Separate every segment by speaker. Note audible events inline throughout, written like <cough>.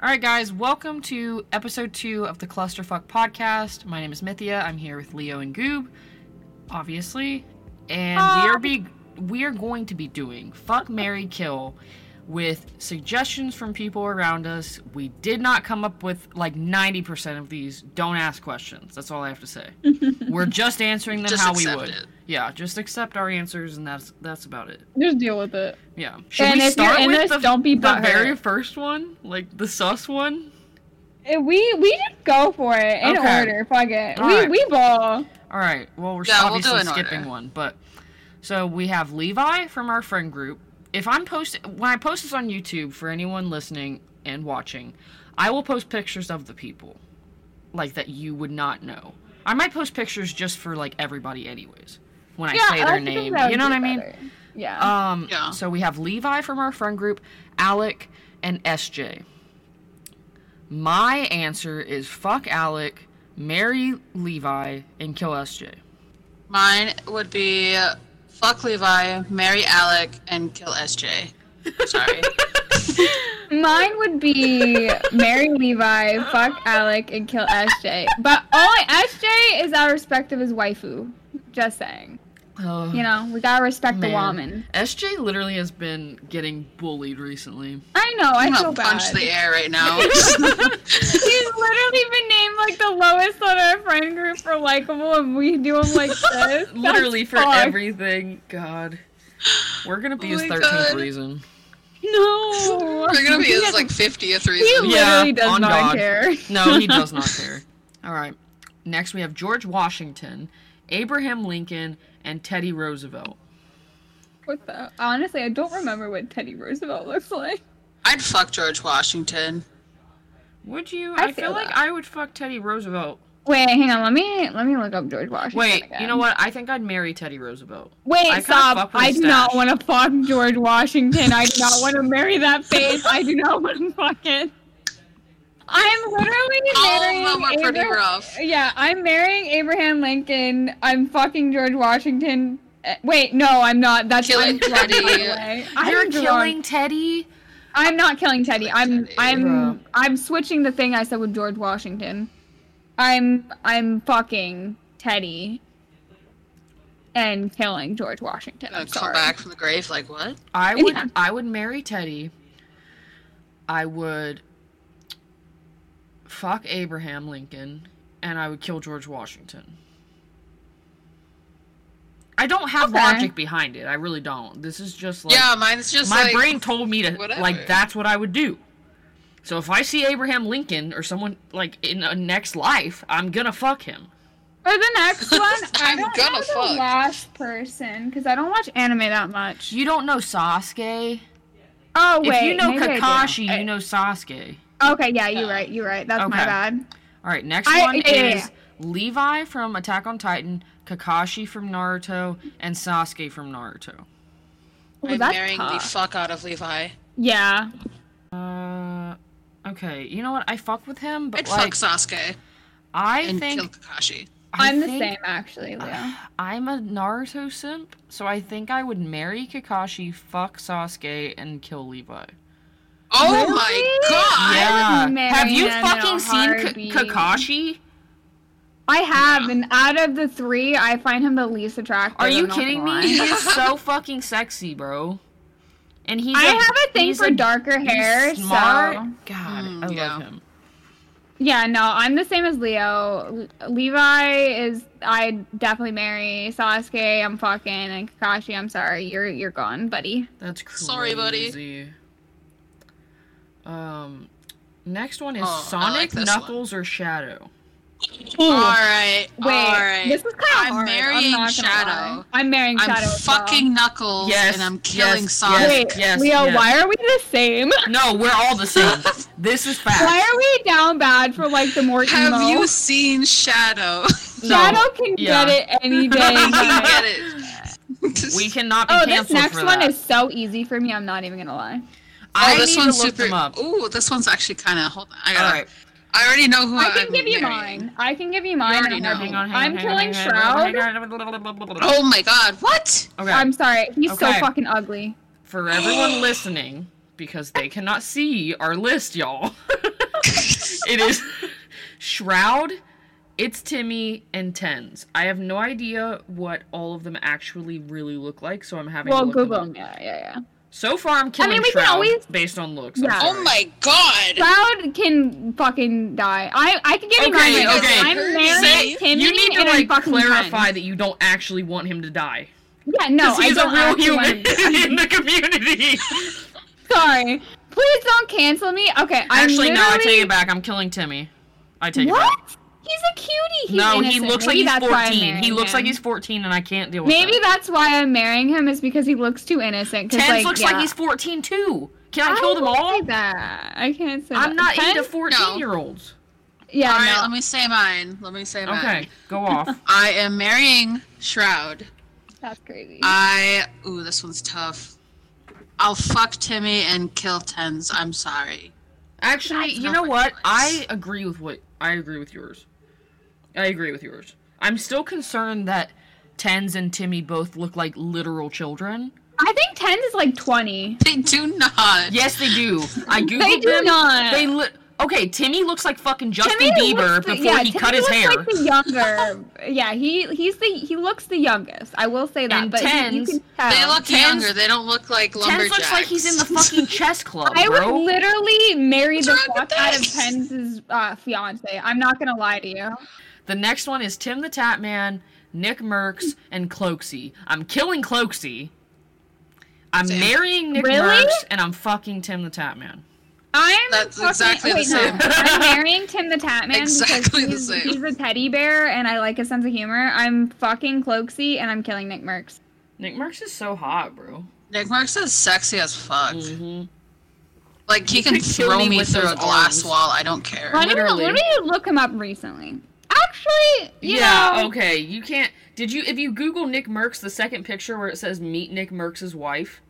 Speaker 1: All right, guys, welcome to episode two of the Clusterfuck podcast. My name is Mithia. I'm here with Leo and Goob, obviously, and we are be we are going to be doing fuck Mary Kill with suggestions from people around us. We did not come up with like 90% of these. Don't ask questions. That's all I have to
Speaker 2: <laughs>
Speaker 1: say. We're just answering them
Speaker 3: Just
Speaker 1: how we
Speaker 3: accept
Speaker 1: would.
Speaker 3: it.
Speaker 1: Yeah, just accept our answers, and that's that's about it.
Speaker 2: Just deal with it.
Speaker 1: Yeah. Should
Speaker 2: And
Speaker 1: we
Speaker 2: if you're
Speaker 1: start
Speaker 2: in
Speaker 1: with
Speaker 2: this,
Speaker 1: the,
Speaker 2: don't be
Speaker 1: the
Speaker 2: butthurt.
Speaker 1: very first one, like the sus one?
Speaker 2: Eh, We we just go for it in
Speaker 1: Okay.
Speaker 2: order. Fuck it.
Speaker 1: All
Speaker 2: we
Speaker 1: right.
Speaker 2: we ball.
Speaker 1: All right. Well, we're
Speaker 3: Yeah, we'll
Speaker 1: obviously
Speaker 3: do in
Speaker 1: skipping
Speaker 3: order.
Speaker 1: one, but so we have Levi from our friend group. If I'm post when I post this on YouTube for anyone listening and watching, I will post pictures of the people like that you would not know. I might post pictures just for like everybody anyways when I
Speaker 2: yeah,
Speaker 1: say their
Speaker 2: I think
Speaker 1: name.
Speaker 2: that would
Speaker 1: You know what
Speaker 2: be
Speaker 1: I mean?
Speaker 2: better. Yeah.
Speaker 1: Um
Speaker 3: Yeah.
Speaker 1: so we have Levi from our friend group, Alec and SJ. My answer is fuck Alec, marry Levi and kill SJ.
Speaker 3: Mine would be uh, fuck Levi, marry Alec, and kill SJ.
Speaker 2: <laughs>
Speaker 3: Sorry.
Speaker 2: Mine
Speaker 1: <laughs>
Speaker 2: would be marry Levi, fuck Alec, and kill SJ. But only SJ is out of respect of his waifu. Just saying.
Speaker 1: Oh,
Speaker 2: You know, we gotta respect the
Speaker 1: man.
Speaker 2: woman.
Speaker 1: SJ literally has been getting bullied recently.
Speaker 2: I know. I
Speaker 3: I'm
Speaker 2: feel
Speaker 3: gonna
Speaker 2: bad. <laughs>
Speaker 3: punch the air right now.
Speaker 2: He's literally been named like the lowest on our friend group for likable, and we do
Speaker 1: <laughs>
Speaker 2: him like this.
Speaker 1: literally
Speaker 2: That's
Speaker 1: for
Speaker 2: fucked.
Speaker 1: everything. God. We're gonna be
Speaker 3: Oh
Speaker 1: his
Speaker 3: my
Speaker 1: 13th
Speaker 3: God.
Speaker 1: reason.
Speaker 2: No.
Speaker 3: <laughs> We're gonna be
Speaker 2: He
Speaker 3: his
Speaker 2: doesn't-
Speaker 3: like 50th
Speaker 2: He
Speaker 3: reason.
Speaker 1: Yeah,
Speaker 2: literally does
Speaker 1: on
Speaker 2: not
Speaker 1: God. <laughs>
Speaker 2: care.
Speaker 1: No, he does not
Speaker 2: <laughs>
Speaker 1: care. All right. Next, we have George Washington, Abraham Lincoln, and Teddy Roosevelt.
Speaker 2: What the? Honestly, I don't remember what Teddy Roosevelt looks like.
Speaker 3: I'd fuck George Washington.
Speaker 1: Would you? I,
Speaker 2: I
Speaker 1: feel
Speaker 2: feel
Speaker 1: like
Speaker 2: that.
Speaker 1: I would fuck Teddy Roosevelt.
Speaker 2: Wait, hang on. Let me let me look up George Washington.
Speaker 1: Wait, you
Speaker 2: again.
Speaker 1: know what? I think I'd marry Teddy Roosevelt.
Speaker 2: Wait,
Speaker 1: I kinda fuck
Speaker 2: stop.
Speaker 1: with
Speaker 2: I do not
Speaker 1: stash.
Speaker 2: want to fuck George Washington.
Speaker 1: <laughs>
Speaker 2: I do not want to marry that face. I do not want to fuck it. I'm literally marrying.
Speaker 3: All of them are pretty
Speaker 2: Abra-
Speaker 3: rough.
Speaker 2: Yeah, I'm marrying Abraham Lincoln. I'm fucking George Washington. Eh, Wait, no, I'm not. That's
Speaker 3: Killing
Speaker 2: I'm drunk, by the
Speaker 3: Teddy.
Speaker 2: way. I'm
Speaker 1: You're
Speaker 2: drunk.
Speaker 1: killing Teddy.
Speaker 2: I'm not killing Teddy. I'm
Speaker 3: Teddy.
Speaker 2: I'm
Speaker 1: Bruh.
Speaker 2: I'm switching the thing I said with George Washington. I'm I'm fucking Teddy and killing George Washington.
Speaker 3: Gonna
Speaker 2: I'm
Speaker 3: come
Speaker 2: sorry.
Speaker 3: back from the grave like what?
Speaker 1: I would
Speaker 2: Yeah.
Speaker 1: I would marry Teddy. I would fuck Abraham Lincoln and I would kill George Washington. I don't have
Speaker 2: Okay.
Speaker 1: logic behind it. I really don't. This is just like
Speaker 3: yeah, mine's just
Speaker 1: my
Speaker 3: like,
Speaker 1: brain told me to
Speaker 3: whatever.
Speaker 1: like that's what I would do. So if I see Abraham Lincoln or someone like in a next life, I'm gonna fuck him.
Speaker 2: For the
Speaker 3: <laughs>
Speaker 2: next one, I
Speaker 3: I'm
Speaker 2: don't
Speaker 3: gonna
Speaker 2: know the
Speaker 3: fuck.
Speaker 2: last person because I don't watch anime that much.
Speaker 1: You don't know Sasuke.
Speaker 2: Oh wait,
Speaker 1: if you know
Speaker 2: maybe I do.
Speaker 1: Kakashi,
Speaker 2: I-
Speaker 1: you know Sasuke.
Speaker 2: Okay, yeah, you're right. You're right. That's my
Speaker 1: Okay.
Speaker 2: bad.
Speaker 1: All right, next
Speaker 2: I-
Speaker 1: one
Speaker 2: yeah, yeah,
Speaker 1: is Levi from Attack on Titan, Kakashi from Naruto, and Sasuke from Naruto.
Speaker 2: Ooh,
Speaker 3: I'm
Speaker 2: that's
Speaker 3: marrying the
Speaker 2: tough.
Speaker 3: fuck out of Levi.
Speaker 2: yeah.
Speaker 1: Uh, okay, you know what? I fuck with him, but
Speaker 3: I'd
Speaker 1: like
Speaker 3: fuck Sasuke
Speaker 1: I
Speaker 3: and kill
Speaker 1: think
Speaker 3: Kakashi.
Speaker 1: I
Speaker 2: I'm the
Speaker 1: think
Speaker 2: same actually,
Speaker 1: <sighs>
Speaker 2: Leo.
Speaker 1: I'm a Naruto simp, so I think I would marry Kakashi, fuck Sasuke, and kill Levi.
Speaker 3: Oh
Speaker 2: Really?
Speaker 3: my god!
Speaker 2: Yeah. would marry
Speaker 1: have you
Speaker 2: him in a
Speaker 1: fucking seen
Speaker 2: heartbeat.
Speaker 1: Ka- Kakashi?
Speaker 2: I have, and out of the three, I find him the least attractive.
Speaker 1: Are you
Speaker 2: I'm not
Speaker 1: kidding
Speaker 2: gonna
Speaker 1: me? <laughs>
Speaker 2: lie.
Speaker 1: He is
Speaker 2: <laughs>
Speaker 1: so fucking sexy, bro. And he's
Speaker 2: I
Speaker 1: a-
Speaker 2: have a thing
Speaker 1: he's
Speaker 2: for darker
Speaker 1: he's
Speaker 2: hair,
Speaker 1: smart.
Speaker 2: so
Speaker 1: God,
Speaker 3: Mm,
Speaker 1: I love
Speaker 3: yeah.
Speaker 1: him.
Speaker 2: yeah, no, I'm the same as Leo. L- Levi is I definitely marry Sasuke. I'm fucking and Kakashi. I'm sorry, you're you're gone, buddy.
Speaker 1: That's crazy.
Speaker 3: Sorry, buddy.
Speaker 1: Um, next one is
Speaker 3: Oh, I
Speaker 1: Sonic,
Speaker 3: like this
Speaker 1: Knuckles, or Shadow.
Speaker 3: All right,
Speaker 2: Wait,
Speaker 3: all right.
Speaker 2: this is kind of
Speaker 3: I'm marrying Shadow.
Speaker 2: I'm marrying
Speaker 3: I'm
Speaker 2: Shadow. as well.
Speaker 3: fucking Knuckles,
Speaker 1: Yes,
Speaker 3: and I'm
Speaker 1: yes,
Speaker 3: killing
Speaker 1: yes.
Speaker 3: Sonic.
Speaker 2: Wait,
Speaker 1: yes,
Speaker 2: Leo,
Speaker 1: yes.
Speaker 2: why are we the
Speaker 3: <laughs>
Speaker 2: same?
Speaker 1: No, we're all the same. <laughs> this is fact.
Speaker 2: Why are we down bad for like the more
Speaker 3: Have
Speaker 2: emo?
Speaker 3: you seen Shadow? <laughs>
Speaker 1: No,
Speaker 2: Shadow can
Speaker 1: yeah.
Speaker 2: get it any day.
Speaker 3: You <laughs> can
Speaker 2: guys.
Speaker 3: get
Speaker 1: <laughs>
Speaker 3: it.
Speaker 1: We cannot be
Speaker 2: oh,
Speaker 1: canceled
Speaker 2: this next
Speaker 1: for
Speaker 2: one
Speaker 1: that.
Speaker 2: is so easy for me. I'm not even gonna lie.
Speaker 1: I
Speaker 3: oh, this
Speaker 1: need
Speaker 3: one's
Speaker 1: to look
Speaker 3: super.
Speaker 1: them up.
Speaker 3: Ooh, this one's actually kind of. Hold on, I
Speaker 1: All
Speaker 3: gotta.
Speaker 1: right,
Speaker 3: I already know who
Speaker 2: I can
Speaker 3: am
Speaker 2: give you mine. I can give you mine.
Speaker 3: already
Speaker 2: in a
Speaker 3: know.
Speaker 1: hang
Speaker 2: heartbeat.
Speaker 1: on, hang on.
Speaker 2: I'm
Speaker 1: hang on,
Speaker 2: killing
Speaker 1: hang
Speaker 2: Shroud.
Speaker 1: On, hang on.
Speaker 3: Oh my god, what?
Speaker 1: Okay.
Speaker 2: I'm sorry. He's
Speaker 1: Okay.
Speaker 2: so fucking ugly.
Speaker 1: for everyone listening, because they cannot see our list, y'all. <laughs> it is Shroud, it's Timmy, and Tens. I have no idea what all of them actually really look like, so I'm having
Speaker 2: well,
Speaker 1: to look them
Speaker 2: Google.
Speaker 1: up.
Speaker 2: Yeah, yeah, yeah.
Speaker 1: So far, I'm killing
Speaker 2: mean, we can
Speaker 1: Shroud
Speaker 2: always-
Speaker 1: based on looks.
Speaker 2: Yeah.
Speaker 1: Yeah.
Speaker 3: Oh my god!
Speaker 2: Shroud can fucking die. I I can give you
Speaker 1: Okay,
Speaker 2: mine. right
Speaker 1: okay.
Speaker 2: now. I'm married.
Speaker 3: Say-
Speaker 2: Timmy,
Speaker 1: You need to
Speaker 2: and I'm
Speaker 1: like
Speaker 2: fucking
Speaker 1: clarify
Speaker 2: Tens.
Speaker 1: that you don't actually want him to die.
Speaker 2: Yeah, no,
Speaker 1: Because
Speaker 2: I
Speaker 1: he's
Speaker 2: don't
Speaker 1: a real
Speaker 2: actually want
Speaker 1: human
Speaker 2: to
Speaker 1: <laughs>
Speaker 2: die.
Speaker 1: in the community.
Speaker 2: <laughs> Sorry. Please don't cancel me. Okay, I'm
Speaker 1: actually, no, I take
Speaker 2: literally-
Speaker 1: it back. I'm killing Timmy. I take it back.
Speaker 2: What? He's a cutie. He's
Speaker 1: no, he
Speaker 2: innocent.
Speaker 1: looks
Speaker 2: Maybe
Speaker 1: like
Speaker 2: that's
Speaker 1: he's
Speaker 2: why I'm
Speaker 1: 14. He
Speaker 2: marrying
Speaker 1: looks like
Speaker 2: him.
Speaker 1: he's 14, and I can't deal with
Speaker 2: Maybe
Speaker 1: that.
Speaker 2: that's why I'm marrying him is because he looks too innocent. 'cause,
Speaker 1: Tens
Speaker 2: like,
Speaker 1: looks
Speaker 2: yeah.
Speaker 1: like he's 14 too. Can I, kill them
Speaker 2: won't
Speaker 1: all?
Speaker 2: Say that. I can't say
Speaker 1: I'm
Speaker 2: that.
Speaker 1: not
Speaker 2: Tens-
Speaker 1: into 14 year olds.
Speaker 2: Yeah,
Speaker 3: Alright,
Speaker 2: no.
Speaker 3: let me say mine. Let me say mine.
Speaker 1: Okay, go off.
Speaker 3: I am marrying Shroud.
Speaker 2: that's crazy.
Speaker 3: I. Ooh, this one's tough. I'll fuck Timmy and kill Tens. I'm sorry.
Speaker 1: <laughs>
Speaker 3: <laughs>
Speaker 1: Actually,
Speaker 3: That's
Speaker 1: you
Speaker 3: not
Speaker 1: know
Speaker 3: my
Speaker 1: what?
Speaker 3: choice.
Speaker 1: I agree with what I agree with yours. I agree with yours. I'm still concerned that Tens and Timmy both look like literal children.
Speaker 2: I think Tens is like 20.
Speaker 3: They do not.
Speaker 1: Yes, they do. I googled
Speaker 2: <laughs> They do
Speaker 1: them.
Speaker 2: not.
Speaker 1: They li- okay. Timmy looks like fucking Justin
Speaker 2: Timmy
Speaker 1: Bieber
Speaker 2: looks the-
Speaker 1: before
Speaker 2: yeah,
Speaker 1: he
Speaker 2: Timmy
Speaker 1: cut his
Speaker 2: looks
Speaker 1: hair.
Speaker 2: Like the younger, <laughs> yeah, he he's the he looks the youngest. I will say that,
Speaker 1: And
Speaker 2: but he- you
Speaker 1: Tens-
Speaker 2: can tell.
Speaker 3: They look
Speaker 1: Tens-
Speaker 3: younger. They don't look like lumberjacks.
Speaker 1: Tens looks like he's in the fucking chess club,
Speaker 2: <laughs> I would
Speaker 1: bro.
Speaker 2: literally marry the
Speaker 3: What's wrong
Speaker 2: fuck
Speaker 3: with
Speaker 2: out of
Speaker 3: this?
Speaker 2: Tens' uh, fiance. I'm not gonna lie to you.
Speaker 1: the next one is Tim the Tap Man, Nick Merckx, and Cloaksy. I'm killing Cloaksy. I'm
Speaker 3: Same.
Speaker 1: marrying Nick
Speaker 2: Really?
Speaker 1: Merckx, and I'm fucking Tim the Tap Man.
Speaker 2: I'm
Speaker 3: That's
Speaker 2: fucking-
Speaker 3: exactly the
Speaker 2: wait, no.
Speaker 3: same. <laughs>
Speaker 2: I'm marrying Tim the Tatman
Speaker 3: Exactly the
Speaker 2: because he's, he's
Speaker 3: same.
Speaker 2: a teddy bear and I like his sense of humor. I'm fucking Cloaksy and I'm killing Nick Merckx.
Speaker 1: Nick Merckx is so hot, bro.
Speaker 3: Nick Marks is sexy as fuck.
Speaker 1: Mm-hmm.
Speaker 3: Like he can
Speaker 1: could kill
Speaker 3: throw
Speaker 1: me
Speaker 3: me
Speaker 1: with
Speaker 3: through
Speaker 1: those
Speaker 3: a glass
Speaker 1: arms.
Speaker 3: wall. I don't care.
Speaker 2: Funny enough,
Speaker 1: Literally.
Speaker 2: Let me look him up recently. Actually, you
Speaker 1: Yeah.
Speaker 2: know,
Speaker 1: Okay. You can't. Did you? If you Google Nick Merckx, the second picture where it says "Meet Nick Merckx's wife."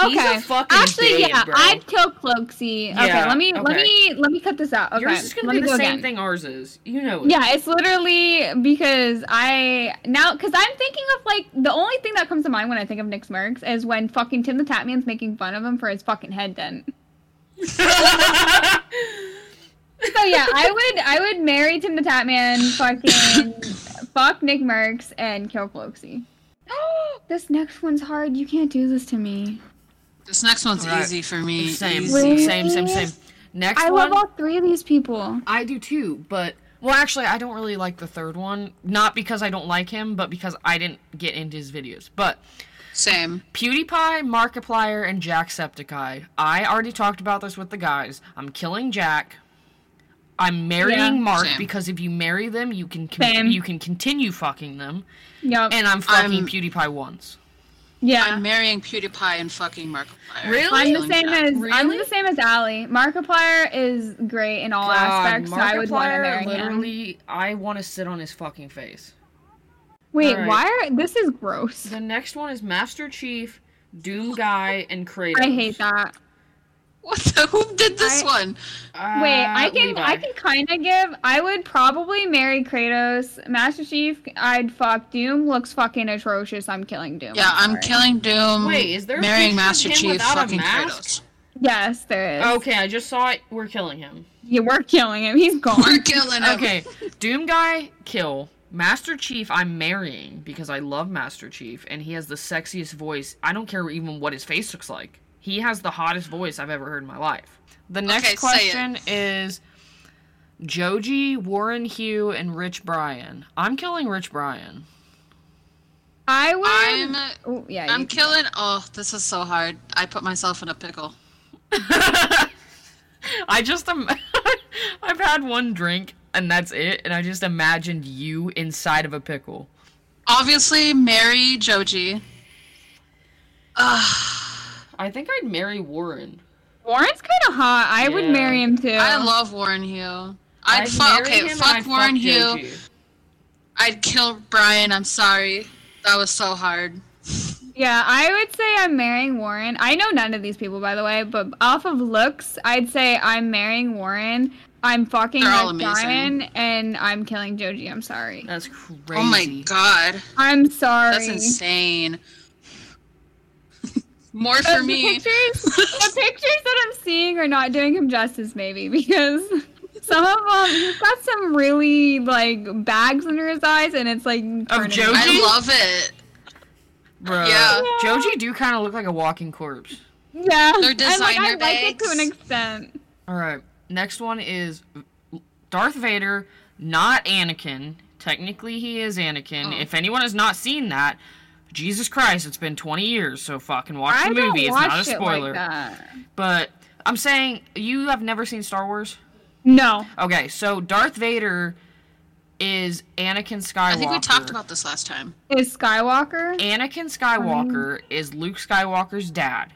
Speaker 2: okay.
Speaker 1: He's a fucking
Speaker 2: Actually,
Speaker 1: babe,
Speaker 2: yeah,
Speaker 1: bro.
Speaker 2: I'd kill Cloaksy. okay,
Speaker 1: Yeah,
Speaker 2: let me let
Speaker 1: okay.
Speaker 2: me let me cut this out. Okay,
Speaker 1: Yours is gonna
Speaker 2: let
Speaker 1: be
Speaker 2: me
Speaker 1: the
Speaker 2: go
Speaker 1: same
Speaker 2: again.
Speaker 1: thing ours is. You know it.
Speaker 2: Yeah, it's literally because I now because I'm thinking of like the only thing that comes to mind when I think of Nick Smirks is when fucking Tim the Tatman's making fun of him for his fucking head dent. <laughs> So yeah,
Speaker 1: <laughs>
Speaker 2: I would I would marry Tim the Tatman, fucking fuck Nick Merckx and
Speaker 1: <gasps>
Speaker 2: kill Cloaksy. this next one's hard. You can't do this to me.
Speaker 3: This next one's
Speaker 1: Alright.
Speaker 3: easy for
Speaker 1: <laughs>
Speaker 3: me.
Speaker 1: same,
Speaker 3: Easy.
Speaker 2: Really?
Speaker 1: same, same, same. Next
Speaker 2: I
Speaker 1: one,
Speaker 2: love all three of these people.
Speaker 1: I do too, but well, actually, I don't really like the third one. Not because I don't like him, but because I didn't get into his videos. But
Speaker 3: Same.
Speaker 1: PewDiePie, Markiplier, and Jacksepticeye. I already talked about this with the guys. I'm killing Jack. I'm marrying
Speaker 2: Yeah.
Speaker 1: Mark
Speaker 3: Same.
Speaker 1: because if you marry them, you can con-
Speaker 2: Same.
Speaker 1: you can continue fucking them.
Speaker 2: Yep.
Speaker 1: And I'm fucking
Speaker 3: I'm-
Speaker 1: PewDiePie once.
Speaker 2: yeah.
Speaker 3: I'm marrying PewDiePie and fucking Markiplier.
Speaker 1: Really?
Speaker 2: I'm the
Speaker 3: Killing
Speaker 2: same
Speaker 3: Jack.
Speaker 2: as I'm
Speaker 1: Really?
Speaker 2: the same as Allie. Markiplier is great in all aspects, so I would want to
Speaker 1: Markiplier,
Speaker 2: marry him.
Speaker 1: Literally, I want to sit on his fucking face.
Speaker 2: Wait,
Speaker 1: Alright.
Speaker 2: why are this is gross?
Speaker 1: The next one is Master Chief,
Speaker 2: <laughs>
Speaker 1: Doom Guy, and Kratos.
Speaker 2: I hate that.
Speaker 3: <laughs> What the? Who did this
Speaker 2: I-
Speaker 3: one?
Speaker 1: Uh,
Speaker 2: Wait, I can
Speaker 1: Levi.
Speaker 2: I can kind of give. I would probably marry Kratos, Master Chief. I'd fuck Doom. Looks fucking atrocious. I'm killing Doom.
Speaker 3: Yeah, I'm
Speaker 2: sorry.
Speaker 3: killing Doom.
Speaker 1: Wait, is there a
Speaker 3: marrying
Speaker 1: picture of
Speaker 3: Master
Speaker 1: him
Speaker 3: Chief?
Speaker 1: without a
Speaker 3: Fucking
Speaker 1: mask?
Speaker 3: Kratos. <laughs>
Speaker 2: Yes, there is.
Speaker 1: Okay, I just saw it. We're killing him.
Speaker 2: you were killing him. He's
Speaker 3: We're
Speaker 2: gone.
Speaker 3: killing him.
Speaker 2: <laughs>
Speaker 1: Okay, Doom Guy, kill. Master Chief, I'm marrying because I love Master Chief, and he has the sexiest voice. I don't care even what his face looks like. He has the hottest voice I've ever heard in my life. The next
Speaker 3: say it.
Speaker 1: question is Joji, Warren Hugh, and Rich Brian. I'm killing Rich Brian.
Speaker 2: I would.
Speaker 3: I'm.
Speaker 2: oh, yeah, you-
Speaker 3: I'm killing. Oh, this is so hard. I put myself in a pickle.
Speaker 1: <laughs> I just am- I've had one drink and that's it, and I just imagined you inside of a pickle.
Speaker 3: Obviously, marry Joji. Ugh,
Speaker 1: I think I'd marry Warren.
Speaker 2: Warren's kind of hot. I would
Speaker 1: Yeah.
Speaker 2: marry him too.
Speaker 3: I love Warren Hugh. I'd, fuck.
Speaker 1: marry
Speaker 3: Okay,
Speaker 1: him and
Speaker 3: fuck
Speaker 1: I'd
Speaker 3: Warren Hugh.
Speaker 1: Joji.
Speaker 3: I'd kill Brian. I'm sorry. That was so hard.
Speaker 2: Yeah, I would say I'm marrying Warren. I know none of these people, by the way, but off of looks, I'd say I'm marrying Warren. I'm fucking
Speaker 3: They're all
Speaker 2: Rick
Speaker 3: amazing.
Speaker 2: Brian, and I'm killing Joji. I'm sorry.
Speaker 1: That's crazy.
Speaker 3: Oh my god,
Speaker 2: I'm sorry.
Speaker 3: that's insane. <laughs> More
Speaker 2: But <laughs>
Speaker 3: for
Speaker 2: The
Speaker 3: me. <laughs>
Speaker 2: pictures, the pictures that I'm seeing are not doing him justice, maybe <laughs> because Some of them, he's got some really like bags under his eyes, and it's like turning-
Speaker 1: Joe?
Speaker 3: I love it.
Speaker 1: Bro.
Speaker 3: Yeah.
Speaker 1: Joji do kind of look like a walking corpse.
Speaker 2: Yeah,
Speaker 3: They're
Speaker 2: And, like, I
Speaker 3: designer
Speaker 2: like it to an
Speaker 3: bags.
Speaker 2: extent.
Speaker 1: All right. Next one is Darth Vader, not Anakin. Technically, he is Anakin.
Speaker 3: Oh.
Speaker 1: If anyone has not seen that, Jesus Christ, it's been 20 years, so fucking watch
Speaker 2: I
Speaker 1: the
Speaker 2: don't
Speaker 1: movie. It's
Speaker 2: watch
Speaker 1: not a
Speaker 2: it
Speaker 1: spoiler.
Speaker 2: like that.
Speaker 1: but I'm saying you have never seen Star Wars?
Speaker 2: No,
Speaker 1: Okay, so Darth Vader is Anakin Skywalker.
Speaker 3: I think we talked about this last time.
Speaker 2: is Skywalker?
Speaker 1: Anakin Skywalker is Luke Skywalker's dad.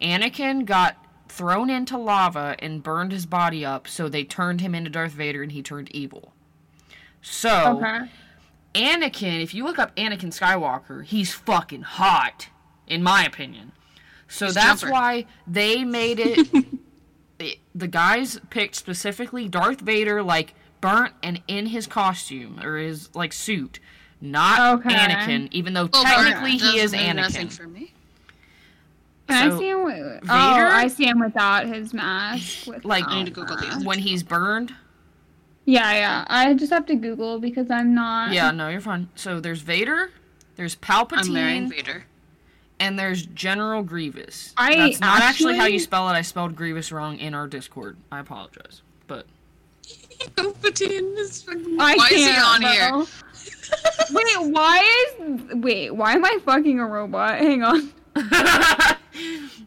Speaker 1: Anakin got thrown into lava and burned his body up, so they turned him into Darth Vader and he turned evil. So,
Speaker 2: Okay.
Speaker 1: Anakin, if you look up Anakin Skywalker, he's fucking hot, in my opinion. So
Speaker 3: He's
Speaker 1: that's
Speaker 3: jumper.
Speaker 1: why they made
Speaker 3: <laughs>
Speaker 1: it. the- the guys picked specifically Darth Vader, like burnt and in his costume or his like suit, not
Speaker 2: Okay.
Speaker 1: Anakin. Even though
Speaker 3: Well, Bart
Speaker 1: technically he
Speaker 3: doesn't
Speaker 1: is
Speaker 3: do Nothing
Speaker 1: Anakin.
Speaker 3: for me.
Speaker 2: Can
Speaker 1: So,
Speaker 2: I see him? With, oh,
Speaker 1: Vader-
Speaker 2: I see him without his mask. With
Speaker 1: Like-
Speaker 3: I need to Google the other.
Speaker 1: when he's burned.
Speaker 2: yeah, yeah. I just have to Google because I'm not.
Speaker 1: Yeah, no, you're fine. So there's Vader, there's
Speaker 3: I'm marrying
Speaker 1: Palpatine,
Speaker 3: Vader.
Speaker 1: and there's General Grievous.
Speaker 2: I
Speaker 1: That's not actually, how you
Speaker 2: actually-
Speaker 1: spell it. I spelled Grievous wrong in our Discord. I apologize, but
Speaker 2: <laughs>
Speaker 3: Palpatine is fucking.
Speaker 2: I
Speaker 3: Why
Speaker 2: can't,
Speaker 3: is he on here? <laughs>
Speaker 2: bro. wait, why is wait? Why am I fucking a robot? Hang on.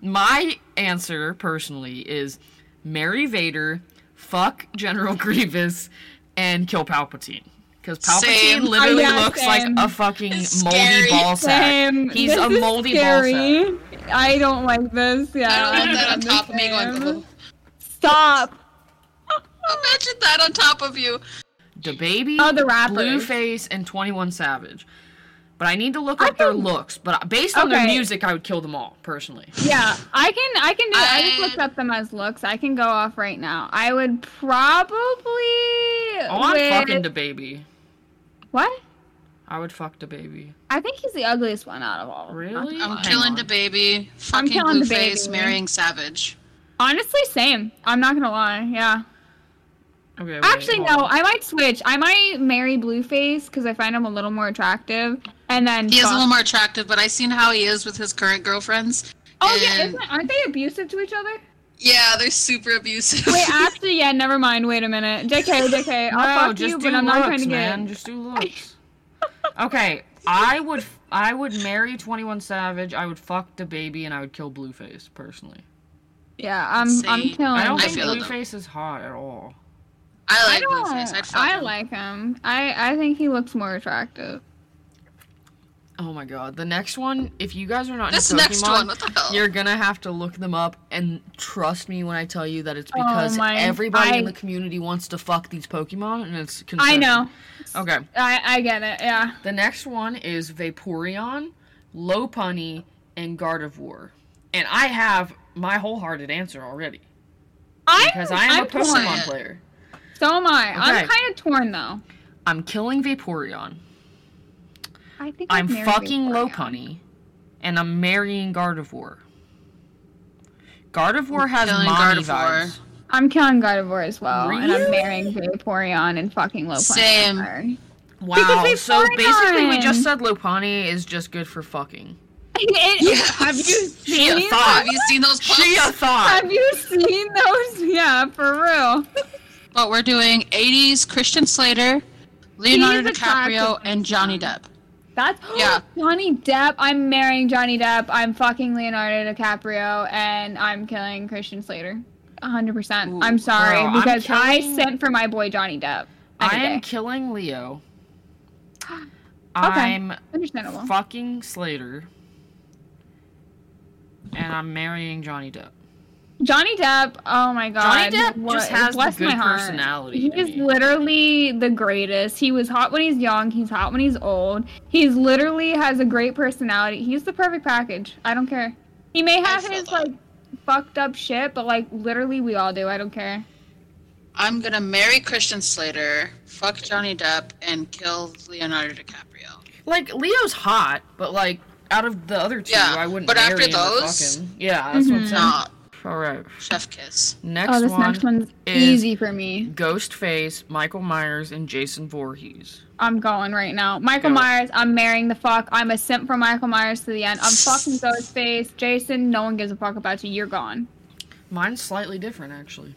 Speaker 1: My answer, personally, is marry Vader, fuck General <laughs> Grievous, and kill Palpatine. Because Palpatine
Speaker 3: Same.
Speaker 1: literally
Speaker 2: Oh, yeah,
Speaker 1: looks
Speaker 2: same.
Speaker 1: like a fucking
Speaker 3: It's
Speaker 1: moldy
Speaker 3: scary.
Speaker 1: ball sack.
Speaker 2: Same.
Speaker 1: He's
Speaker 2: This
Speaker 1: a
Speaker 2: is
Speaker 1: moldy ball sack.
Speaker 2: scary. I don't like this. Yeah.
Speaker 3: I don't want that on top of me going.
Speaker 2: understand.
Speaker 3: "Ugh."
Speaker 2: Stop.
Speaker 3: Imagine that on top of you.
Speaker 1: The baby,
Speaker 2: Oh, the rappers.
Speaker 1: Blueface, and Twenty One Savage. But I need to look up their
Speaker 2: think-
Speaker 1: looks. But based on their
Speaker 2: Okay.
Speaker 1: music, I would kill them all personally.
Speaker 2: Yeah, I can. I can do. I, I just
Speaker 3: I-
Speaker 2: looked up them as looks. I can go off right now. I would probably.
Speaker 1: Oh, I'm
Speaker 2: with-
Speaker 1: fucking the baby.
Speaker 2: What?
Speaker 1: I would fuck the baby.
Speaker 2: I think he's the ugliest one out of all. of them.
Speaker 1: Really?
Speaker 3: I'm
Speaker 1: Hang
Speaker 3: killing
Speaker 1: on.
Speaker 3: the baby. Fucking
Speaker 2: killing the
Speaker 3: Blueface,
Speaker 2: baby.
Speaker 3: marrying Savage.
Speaker 2: Honestly, same. I'm not gonna lie. Yeah.
Speaker 1: Okay, wait,
Speaker 2: Actually,
Speaker 1: hold
Speaker 2: no.
Speaker 1: on.
Speaker 2: I might switch. I might marry Blueface because I find him a little more attractive, and then
Speaker 3: He is a
Speaker 2: fuck-
Speaker 3: little more attractive, but I seen how he is with his current girlfriends.
Speaker 2: Oh yeah,
Speaker 3: and-
Speaker 2: isn't, aren't they abusive to each other?
Speaker 3: Yeah, they're super abusive. <laughs>
Speaker 2: Wait, actually, yeah. Never mind. Wait a minute. Jk, Jk. I'll
Speaker 1: no,
Speaker 2: fuck
Speaker 1: just
Speaker 2: you,
Speaker 1: do
Speaker 2: but I'm
Speaker 1: looks,
Speaker 2: not trying to get.
Speaker 1: man.
Speaker 2: <laughs>
Speaker 1: Just do looks. okay, I would I would marry Twenty One Savage. I would fuck the baby, and I would kill Blueface personally.
Speaker 2: Yeah, I'm. I'm
Speaker 3: Insane.
Speaker 2: killing.
Speaker 1: I don't
Speaker 3: I
Speaker 1: think
Speaker 3: feel it, though.
Speaker 1: Blueface is hot at all.
Speaker 3: I
Speaker 2: I
Speaker 3: like
Speaker 2: don't.
Speaker 3: Blueface. I'd fuck
Speaker 2: I
Speaker 3: him.
Speaker 2: like him. I I think he looks more attractive.
Speaker 1: Oh my god, the next one. If you guys are not
Speaker 3: this
Speaker 1: in Pokemon,
Speaker 3: next one. What the hell?
Speaker 1: you're gonna have to look them up. And trust me when I tell you that it's
Speaker 2: Oh
Speaker 1: because
Speaker 2: my-
Speaker 1: everybody in
Speaker 2: I-
Speaker 1: the community wants to fuck these Pokemon, and it's
Speaker 2: I
Speaker 1: concerning.
Speaker 2: know.
Speaker 1: Okay,
Speaker 2: I I get it. Yeah.
Speaker 1: The next one is Vaporeon, Lopunny, and Gardevoir. And I have my wholehearted answer already
Speaker 2: I'm,
Speaker 1: because I am
Speaker 2: I'm
Speaker 1: a Pokemon
Speaker 3: torn.
Speaker 1: player.
Speaker 2: So am I.
Speaker 1: Okay.
Speaker 2: I'm kind of torn though.
Speaker 1: I'm killing Vaporeon.
Speaker 2: I think
Speaker 1: I'm
Speaker 2: I'd marry
Speaker 1: fucking
Speaker 2: Vaporeon.
Speaker 1: Lopunny, and I'm marrying Gardevoir. Gardevoir has
Speaker 3: killing
Speaker 1: mommy
Speaker 3: Gardevoir.
Speaker 1: vibes.
Speaker 2: I'm killing Gardevoir as well, and
Speaker 1: Really?
Speaker 2: I'm marrying Vaporeon and fucking Lopunny.
Speaker 3: Same.
Speaker 2: Sorry.
Speaker 1: Wow.
Speaker 2: Because
Speaker 1: So basically, we
Speaker 2: Vaporeon.
Speaker 1: just said Lopunny is just good for fucking.
Speaker 2: <laughs> It- <laughs>
Speaker 3: Yeah.
Speaker 2: Have you
Speaker 1: She a
Speaker 2: seen?
Speaker 1: thought.
Speaker 3: Have you seen those puffs?
Speaker 1: She a thought.
Speaker 2: Have you seen those? Yeah, for real.
Speaker 3: But we're doing 80s Christian Slater, Leonardo
Speaker 2: He's attractive.
Speaker 3: DiCaprio, and Johnny Depp.
Speaker 2: That's <gasps>
Speaker 3: Yeah.
Speaker 2: Johnny Depp. I'm marrying Johnny Depp. I'm fucking Leonardo DiCaprio, and I'm killing Christian Slater. 100. percent I'm sorry
Speaker 1: Girl, I'm
Speaker 2: because I
Speaker 1: killing-
Speaker 2: sent for my boy Johnny Depp.
Speaker 1: I
Speaker 2: Any
Speaker 1: am
Speaker 2: day.
Speaker 1: killing Leo. I'm
Speaker 2: understandable.
Speaker 1: fucking Slater, and I'm marrying Johnny Depp.
Speaker 2: Johnny Depp. Oh my god.
Speaker 1: Johnny Depp
Speaker 2: what-
Speaker 1: just has the
Speaker 2: bless
Speaker 1: good
Speaker 2: my heart.
Speaker 1: personality
Speaker 2: He
Speaker 1: to
Speaker 2: is
Speaker 1: me.
Speaker 2: literally the greatest. He was hot when he's young. He's hot when he's old. He's literally has a great personality. He's the perfect package. I don't care. He may have
Speaker 3: feel
Speaker 2: his
Speaker 3: that.
Speaker 2: like fucked up shit, but like literally we all do. I don't care.
Speaker 3: I'm gonna marry Christian Slater, fuck Johnny Depp, and kill Leonardo DiCaprio.
Speaker 1: Like Leo's hot, but like out of the other two,
Speaker 3: Yeah,
Speaker 1: I wouldn't.
Speaker 3: but
Speaker 1: marry
Speaker 3: after
Speaker 1: him or fuck
Speaker 3: those-
Speaker 1: him. yeah, that's what I'm saying.
Speaker 3: No,
Speaker 1: All right.
Speaker 3: Chef kiss.
Speaker 1: Next
Speaker 2: Oh, Mm-hmm. this
Speaker 1: one,
Speaker 2: next one's
Speaker 1: is-
Speaker 2: easy for me.
Speaker 1: Ghostface, Michael Myers, and Jason Voorhees.
Speaker 2: I'm going right now. Michael
Speaker 1: Go.
Speaker 2: Myers, I'm marrying the fuck. I'm a simp for Michael Myers to the end. I'm
Speaker 1: <laughs>
Speaker 2: fucking Ghostface. Jason, no one gives a fuck about you. You're gone.
Speaker 1: Mine's slightly different, actually.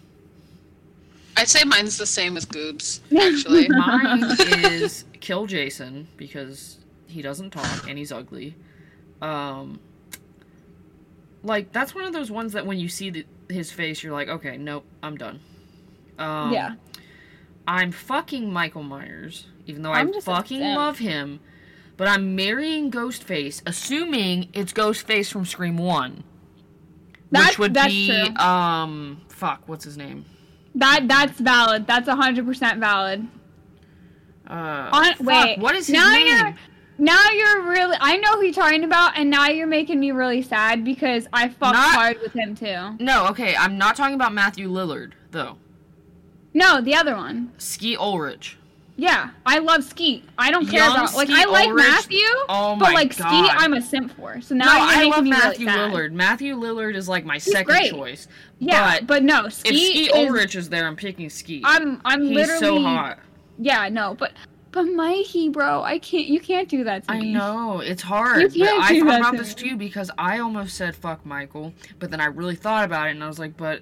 Speaker 3: I'd say mine's the same as Goob's,
Speaker 2: <laughs>
Speaker 3: actually.
Speaker 1: Mine is kill Jason because he doesn't talk and he's ugly. Um, like that's one of those ones that when you see the, his face, you're like, okay, nope, I'm done. Um,
Speaker 2: yeah.
Speaker 1: I'm fucking Michael Myers, even though i
Speaker 2: I'm just
Speaker 1: fucking
Speaker 2: upset.
Speaker 1: love him. But I'm marrying Ghostface, assuming it's Ghostface from Scream One,
Speaker 2: That's-
Speaker 1: which would
Speaker 2: that's
Speaker 1: be
Speaker 2: true.
Speaker 1: um, fuck, what's his name?
Speaker 2: That that's valid. That's 100% valid.
Speaker 1: Uh,
Speaker 2: On,
Speaker 1: fuck,
Speaker 2: wait.
Speaker 1: what is his
Speaker 2: now
Speaker 1: name?
Speaker 2: You're, now you're really. I know who you're talking about, and now you're making me really sad because I fucked
Speaker 1: Not-
Speaker 2: hard with him too.
Speaker 1: No, okay, I'm not talking about Matthew Lillard though.
Speaker 2: No, the other one.
Speaker 1: Ski Ulrich.
Speaker 2: Yeah, I love Skeet. I don't care
Speaker 1: Young
Speaker 2: about like
Speaker 1: Skeet
Speaker 2: I like
Speaker 1: Ulrich-
Speaker 2: Matthew,
Speaker 1: Oh my
Speaker 2: but like
Speaker 1: God.
Speaker 2: Skeet, I'm a simp for. So now
Speaker 1: no,
Speaker 2: you're
Speaker 1: I
Speaker 2: making
Speaker 1: love
Speaker 2: me
Speaker 1: Matthew
Speaker 2: really sad.
Speaker 1: Lillard. Matthew Lillard is like my second
Speaker 2: great.
Speaker 1: choice.
Speaker 2: Yeah,
Speaker 1: but
Speaker 2: but, no, Skeet,
Speaker 1: If Ski
Speaker 2: is.
Speaker 1: Ulrich is there, I'm picking Ski.
Speaker 2: I'm I'm
Speaker 1: He's
Speaker 2: literally
Speaker 1: so hot.
Speaker 2: yeah no, but but Mikey, bro, I can't. You can't do that to
Speaker 1: I
Speaker 2: me.
Speaker 1: know it's hard.
Speaker 2: You
Speaker 1: but
Speaker 2: can't
Speaker 1: I
Speaker 2: do
Speaker 1: thought
Speaker 2: that
Speaker 1: about
Speaker 2: to
Speaker 1: this
Speaker 2: me.
Speaker 1: too because I almost said fuck Michael, but then I really thought about it and I was like, but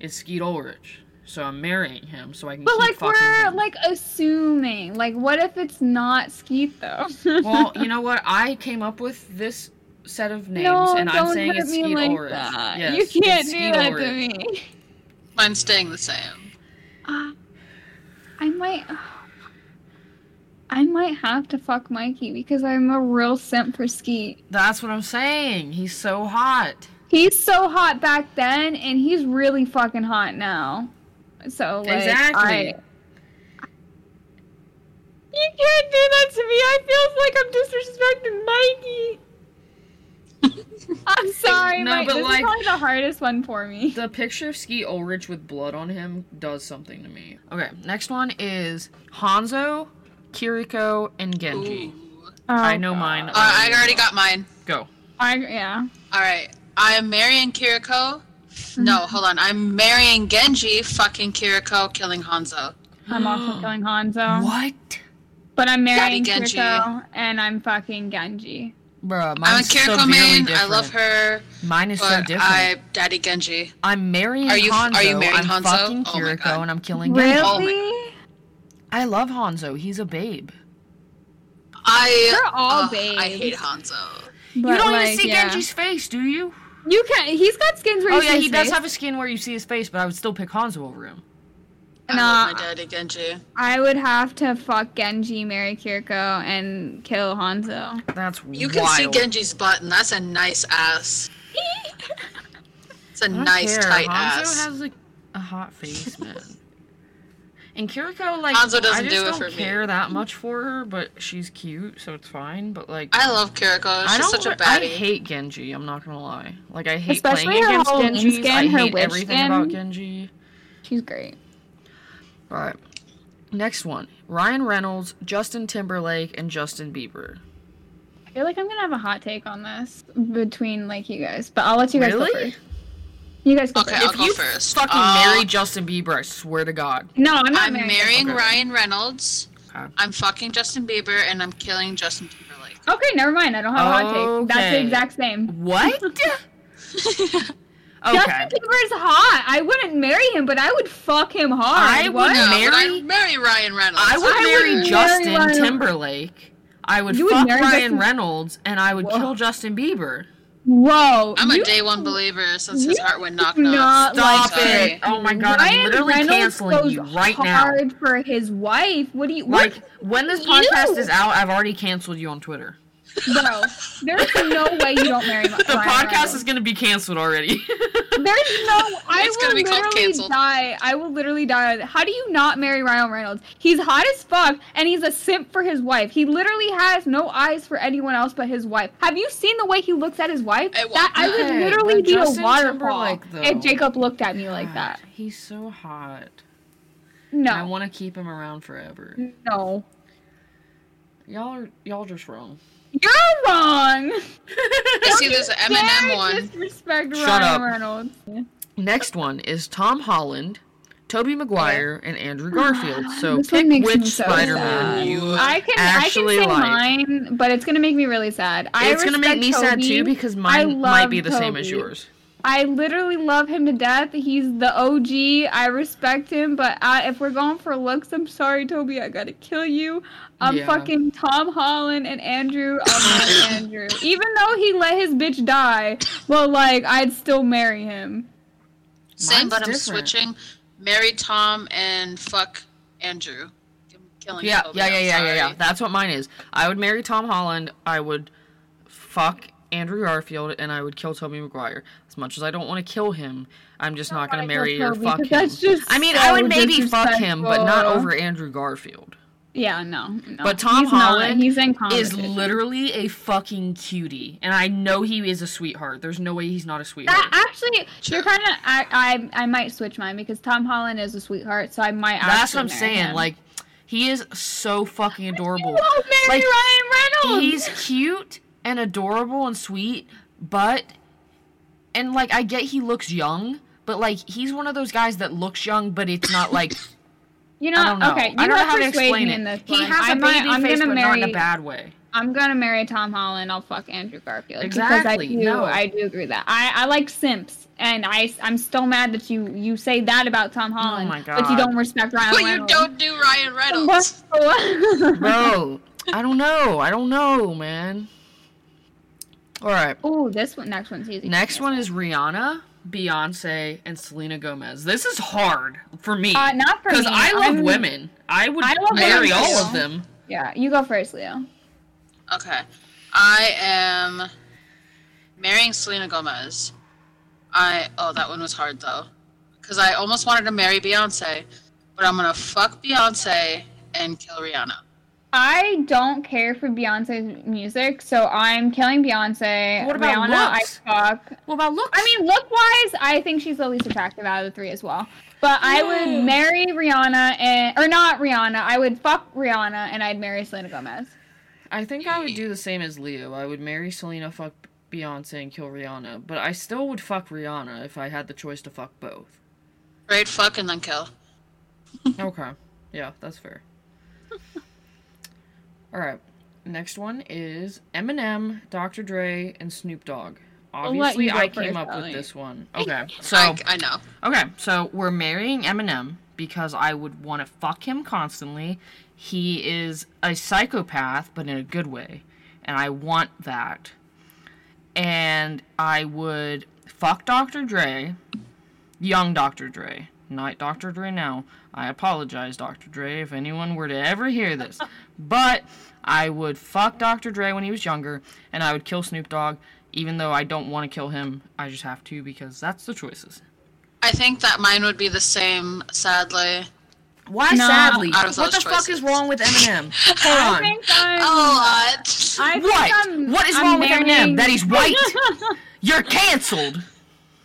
Speaker 1: it's Skeet Ulrich, so I'm marrying him so I can
Speaker 2: But
Speaker 1: keep
Speaker 2: like
Speaker 1: fucking
Speaker 2: we're
Speaker 1: him.
Speaker 2: like assuming. Like what if it's not Skeet though?
Speaker 1: well,
Speaker 2: <laughs>
Speaker 1: you know what? I came up with this set of names,
Speaker 2: no,
Speaker 1: and
Speaker 2: don't
Speaker 1: I'm saying
Speaker 2: hurt
Speaker 1: it's
Speaker 2: me
Speaker 1: Skeet
Speaker 2: like
Speaker 1: Ulrich.
Speaker 2: that.
Speaker 1: Yes,
Speaker 2: you can't
Speaker 1: it's
Speaker 2: do
Speaker 1: Skeet
Speaker 2: that
Speaker 1: Ulrich.
Speaker 2: to me.
Speaker 3: Mine's staying the same.
Speaker 2: Uh, I might. I might have to fuck Mikey because I'm a real simp for Skeet.
Speaker 1: That's what I'm saying. He's so hot.
Speaker 2: He's so hot back then, and he's really fucking hot now. So like,
Speaker 1: Exactly.
Speaker 2: I- you can't do that to me. I feel like I'm disrespecting Mikey.
Speaker 1: <laughs>
Speaker 2: I'm sorry,
Speaker 1: No,
Speaker 2: Mike.
Speaker 1: but,
Speaker 2: this
Speaker 1: like-
Speaker 2: is probably the hardest one for me.
Speaker 1: The picture of Ski Ulrich with blood on him does something to me. Okay, next one is Hanzo, Kiriko, and Genji.
Speaker 3: Ooh.
Speaker 1: I know mine.
Speaker 3: Uh, I already got mine.
Speaker 1: Go.
Speaker 2: I yeah.
Speaker 3: All right. I'm marrying Kiriko. No,
Speaker 1: Mm-hmm.
Speaker 3: hold on. I'm marrying Genji, fucking Kiriko, killing Hanzo.
Speaker 1: <gasps>
Speaker 2: I'm also killing Hanzo.
Speaker 1: What?
Speaker 2: But I'm marrying
Speaker 3: Daddy Genji.
Speaker 2: Kiriko, and and I'm fucking Genji.
Speaker 1: Bruh,
Speaker 3: I'm a
Speaker 1: mine's
Speaker 3: Kiriko
Speaker 1: severely
Speaker 3: main. I
Speaker 1: different.
Speaker 3: love her,
Speaker 1: Mine is
Speaker 3: but
Speaker 1: so different. I,
Speaker 3: I daddy Genji.
Speaker 1: am marrying
Speaker 3: Are you-
Speaker 1: Hanzo.
Speaker 3: are you marrying
Speaker 1: I'm
Speaker 3: Hanzo?
Speaker 1: fucking
Speaker 3: Oh my
Speaker 1: Kiriko
Speaker 3: God.
Speaker 1: and I'm killing Genji.
Speaker 3: Oh
Speaker 2: Really?
Speaker 1: I love Hanzo. He's a babe.
Speaker 3: I
Speaker 2: They're all
Speaker 3: ugh, I
Speaker 2: babes.
Speaker 3: hate Hanzo.
Speaker 2: But,
Speaker 1: you don't even
Speaker 2: like,
Speaker 1: see
Speaker 2: yeah.
Speaker 1: Genji's face, do you?
Speaker 2: You can. He's got skins where
Speaker 1: Oh
Speaker 2: you see
Speaker 1: yeah, he
Speaker 2: his
Speaker 1: does
Speaker 2: face.
Speaker 1: have a skin where you see his face, but I would still pick Hanzo over him.
Speaker 3: I
Speaker 2: Nah.
Speaker 3: love my daddy Genji.
Speaker 2: I would have to fuck Genji, marry Kiriko, and kill
Speaker 1: <laughs>
Speaker 2: Hanzo.
Speaker 1: That's
Speaker 3: You can see
Speaker 1: wild.
Speaker 3: Genji's butt, and that's a nice ass. It's a
Speaker 1: I don't
Speaker 3: nice
Speaker 1: care.
Speaker 3: tight
Speaker 1: Hanzo
Speaker 3: ass.
Speaker 1: has like a hot face, man. and Kiriko, like,
Speaker 3: Hanzo doesn't
Speaker 1: I just
Speaker 3: do it
Speaker 1: don't
Speaker 3: for me.
Speaker 1: care that much for her, but she's cute, so it's fine. But like,
Speaker 3: I love Kiriko.
Speaker 1: I
Speaker 3: She's
Speaker 1: don't.
Speaker 3: such a
Speaker 1: re- I
Speaker 3: baddie.
Speaker 1: hate Genji. I'm not gonna lie. Like, I hate
Speaker 2: Especially
Speaker 1: playing
Speaker 2: her
Speaker 1: against
Speaker 2: whole
Speaker 1: Genji.
Speaker 2: skin,
Speaker 1: I
Speaker 2: her
Speaker 1: hate
Speaker 2: witch
Speaker 1: everything
Speaker 2: skin.
Speaker 1: about Genji.
Speaker 2: She's great.
Speaker 1: All right, next one: Ryan Reynolds, Justin Timberlake, and Justin Bieber.
Speaker 2: I feel like I'm gonna have a hot take on this between like you guys, but I'll let you guys
Speaker 1: Really?
Speaker 2: go first. You guys go
Speaker 3: Okay,
Speaker 2: first.
Speaker 3: I'll
Speaker 1: if
Speaker 3: go
Speaker 1: you
Speaker 3: first.
Speaker 1: fucking
Speaker 3: Uh,
Speaker 1: marry Justin Bieber, I swear to God.
Speaker 2: No, I'm not
Speaker 3: I'm
Speaker 2: married.
Speaker 3: marrying
Speaker 1: Okay.
Speaker 3: Ryan Reynolds.
Speaker 1: Okay.
Speaker 3: I'm fucking Justin Bieber, and I'm killing Justin Timberlake.
Speaker 2: Okay, never mind. I don't have a hot take. That's the
Speaker 1: Okay.
Speaker 2: exact same.
Speaker 1: What? <laughs> okay.
Speaker 2: Justin Bieber is hot. I wouldn't marry him, but I would fuck him hard.
Speaker 1: I
Speaker 2: What?
Speaker 1: would
Speaker 3: No,
Speaker 1: Marry-
Speaker 3: but I'd marry Ryan Reynolds.
Speaker 1: I would
Speaker 2: I
Speaker 1: marry
Speaker 2: would
Speaker 1: Justin
Speaker 2: marry Ryan-
Speaker 1: Timberlake. I would
Speaker 2: You would
Speaker 1: fuck
Speaker 2: marry
Speaker 1: Ryan
Speaker 2: Justin-
Speaker 1: Reynolds, and I would
Speaker 2: Whoa.
Speaker 1: kill Justin Bieber.
Speaker 2: Whoa.
Speaker 3: I'm a
Speaker 2: you-
Speaker 3: day one believer since his
Speaker 2: you
Speaker 3: heart went knock
Speaker 2: do
Speaker 3: knock.
Speaker 2: not like
Speaker 1: Stop
Speaker 3: Sorry.
Speaker 1: it! Oh my god, I'm
Speaker 2: Ryan
Speaker 1: literally
Speaker 2: Reynolds
Speaker 1: canceling
Speaker 2: goes
Speaker 1: you right now.
Speaker 2: hard for his wife. What do you what
Speaker 1: Like when this podcast
Speaker 2: Ew.
Speaker 1: is out, I've already canceled you on Twitter.
Speaker 2: Bro, there's no way you don't
Speaker 3: <laughs>
Speaker 2: marry my
Speaker 1: The podcast is gonna be canceled already. <laughs>
Speaker 2: There's
Speaker 3: <laughs>
Speaker 2: no. I
Speaker 3: It's
Speaker 2: will
Speaker 3: gonna be called
Speaker 2: literally
Speaker 3: canceled.
Speaker 2: die. I will literally die. How do you not marry Ryan Reynolds? He's hot as fuck, and he's a simp for his wife. He literally has no eyes for anyone else but his wife. Have you seen the way he looks at his wife?
Speaker 3: I wa-
Speaker 2: that I
Speaker 1: Okay,
Speaker 2: would literally
Speaker 1: but
Speaker 2: be
Speaker 1: Justin
Speaker 2: a waterfall
Speaker 1: Timberlake, though.
Speaker 2: if Jacob looked at me like that.
Speaker 1: God, He's so hot. I
Speaker 2: No,
Speaker 1: want to keep him around forever.
Speaker 2: no.
Speaker 1: Y'all are y'all just <laughs> wrong.
Speaker 2: You're wrong.
Speaker 3: I see there's an Eminem
Speaker 2: Dare
Speaker 3: one.
Speaker 2: Disrespect
Speaker 1: Shut
Speaker 2: Ryan
Speaker 1: up.
Speaker 2: Reynolds.
Speaker 1: Next one is Tom Holland, Toby Maguire, and Andrew Garfield. So
Speaker 2: This one
Speaker 1: pick
Speaker 2: makes me
Speaker 1: which
Speaker 2: so
Speaker 1: Spider-Man
Speaker 3: sad.
Speaker 1: you
Speaker 2: I can
Speaker 1: actually
Speaker 2: I can say
Speaker 1: like.
Speaker 2: mine, but it's gonna make me really sad. I
Speaker 1: It's gonna make
Speaker 2: respect
Speaker 1: me sad
Speaker 2: Toby.
Speaker 1: too because mine might
Speaker 2: love
Speaker 1: be the same as
Speaker 2: Toby.
Speaker 1: yours.
Speaker 2: I literally love him to death. He's the OG. I respect him, but I, if we're going for looks, I'm sorry, Toby. I gotta kill you. I'm
Speaker 1: Yeah.
Speaker 2: fucking Tom Holland and Andrew.
Speaker 1: <laughs>
Speaker 2: I'm not Andrew. Even though he let his bitch die, well, like I'd still marry him.
Speaker 1: Mine's
Speaker 3: Same, but I'm
Speaker 1: different.
Speaker 3: switching. Marry Tom and fuck Andrew. I'm killing
Speaker 1: Yeah,
Speaker 3: Toby,
Speaker 1: yeah, yeah,
Speaker 3: I'm
Speaker 1: yeah, yeah, yeah.
Speaker 3: sorry.
Speaker 1: That's what mine is. I would marry Tom Holland. I would fuck Andrew Garfield, and I would kill Toby Maguire. As much as I don't want to kill him, I'm just not gonna
Speaker 2: wanna
Speaker 1: marry
Speaker 2: kill
Speaker 1: or
Speaker 2: Toby,
Speaker 1: fuck him.
Speaker 2: 'cause that's just
Speaker 1: I mean,
Speaker 2: so
Speaker 1: I would maybe fuck him, but not
Speaker 2: disrespectful.
Speaker 1: over Andrew Garfield.
Speaker 2: Yeah, no. no.
Speaker 1: But Tom
Speaker 2: He's not.
Speaker 1: Holland
Speaker 2: he's in
Speaker 1: Is
Speaker 2: competition.
Speaker 1: literally a fucking cutie, and I know he is a sweetheart. There's no way he's not a sweetheart.
Speaker 2: That actually,
Speaker 3: Sure.
Speaker 2: you're kind of. I, I I might switch mine because Tom Holland is a sweetheart, so I might.
Speaker 1: That's what I'm
Speaker 2: actually marry
Speaker 1: saying.
Speaker 2: him.
Speaker 1: Like, he is so fucking
Speaker 2: you
Speaker 1: adorable.
Speaker 2: won't marry
Speaker 1: Like,
Speaker 2: Ryan Reynolds.
Speaker 1: He's cute and adorable and sweet, but and like I get he looks young, but like he's one of those guys that looks young, but it's not like
Speaker 2: <laughs> you know,
Speaker 1: I don't know.
Speaker 2: Uh, okay. You
Speaker 1: I don't know
Speaker 2: have
Speaker 1: how to
Speaker 2: persuaded
Speaker 1: explain
Speaker 2: me
Speaker 1: it.
Speaker 2: in this
Speaker 1: he
Speaker 2: one.
Speaker 1: has a
Speaker 2: I might-
Speaker 1: baby
Speaker 2: I'm
Speaker 1: face,
Speaker 2: gonna
Speaker 1: but
Speaker 2: marry,
Speaker 1: not in a bad
Speaker 2: <laughs>
Speaker 1: way.
Speaker 2: I'm gonna marry Tom Holland. I'll fuck Andrew Garfield
Speaker 1: Exactly,
Speaker 2: because I do.
Speaker 1: no.
Speaker 2: I do agree with that. I I like simp's, and I I'm still mad that you you say that about Tom Holland.
Speaker 1: Oh my
Speaker 2: But you
Speaker 1: God.
Speaker 2: don't respect Ryan
Speaker 3: But you
Speaker 2: Reynolds. <laughs>
Speaker 3: don't do Ryan Reynolds.
Speaker 1: Bro, I don't know. I don't know, man. All right.
Speaker 2: oh, this one. Next one's easy.
Speaker 1: Next one is Rihanna, Beyonce, and Selena Gomez. This is hard for me
Speaker 2: Uh, not for me.
Speaker 1: because I love
Speaker 2: I'm-
Speaker 1: women. I would
Speaker 2: I love
Speaker 1: marry
Speaker 3: women
Speaker 1: all
Speaker 3: too.
Speaker 1: of them.
Speaker 2: Yeah, you go first, Leo.
Speaker 3: Okay. I am marrying Selena Gomez. I oh that one was hard though. Cause I almost wanted to marry Beyonce, but I'm gonna fuck Beyonce and kill Rihanna.
Speaker 2: I don't care for Beyonce's music, so I'm killing Beyonce.
Speaker 1: What about
Speaker 2: Rihanna?
Speaker 1: looks?
Speaker 2: I fuck.
Speaker 1: What about looks?
Speaker 2: I mean, look wise, I think she's the least attractive out of the three as well. But I
Speaker 1: Yeah.
Speaker 2: would marry Rihanna and or not Rihanna. I would fuck Rihanna and I'd marry Selena Gomez.
Speaker 1: I think I would do the same as Leo. I would marry Selena, fuck Beyonce, and kill Rihanna. But I still would fuck Rihanna if I had the choice to fuck both.
Speaker 3: Right, fuck and then kill.
Speaker 1: okay. Yeah, that's fair. All right. Next one is Eminem, Dr. Dre, and Snoop Dogg.
Speaker 2: let
Speaker 1: Obviously,
Speaker 2: you go
Speaker 1: I came
Speaker 2: first,
Speaker 1: up with
Speaker 2: Allie.
Speaker 1: this one. Okay. So
Speaker 3: I, I know.
Speaker 1: Okay, so we're marrying Eminem because I would want to fuck him constantly. He is a psychopath, but in a good way, and I want that. And I would fuck Dr. Dre, young Dr. Dre, not Dr. Dre now. I apologize, Dr. Dre, if anyone were to ever hear <laughs> this. but I would fuck Dr. Dre when he was younger, and I would kill Snoop Dogg, even though I don't want to kill him. I just have to because that's the choices.
Speaker 3: I think that mine would be the same, sadly.
Speaker 1: Why
Speaker 2: No,
Speaker 1: sadly?
Speaker 3: out of
Speaker 1: What the
Speaker 3: those
Speaker 1: fuck
Speaker 3: choices.
Speaker 1: is wrong with <laughs> Eminem?
Speaker 2: I
Speaker 1: Hold on.
Speaker 2: think I'm,
Speaker 3: Oh, uh,
Speaker 2: I think
Speaker 1: What?
Speaker 2: I'm-
Speaker 1: What is
Speaker 2: I'm
Speaker 1: wrong with Eminem?
Speaker 2: marrying-
Speaker 1: That he's white. You're canceled.
Speaker 2: <laughs>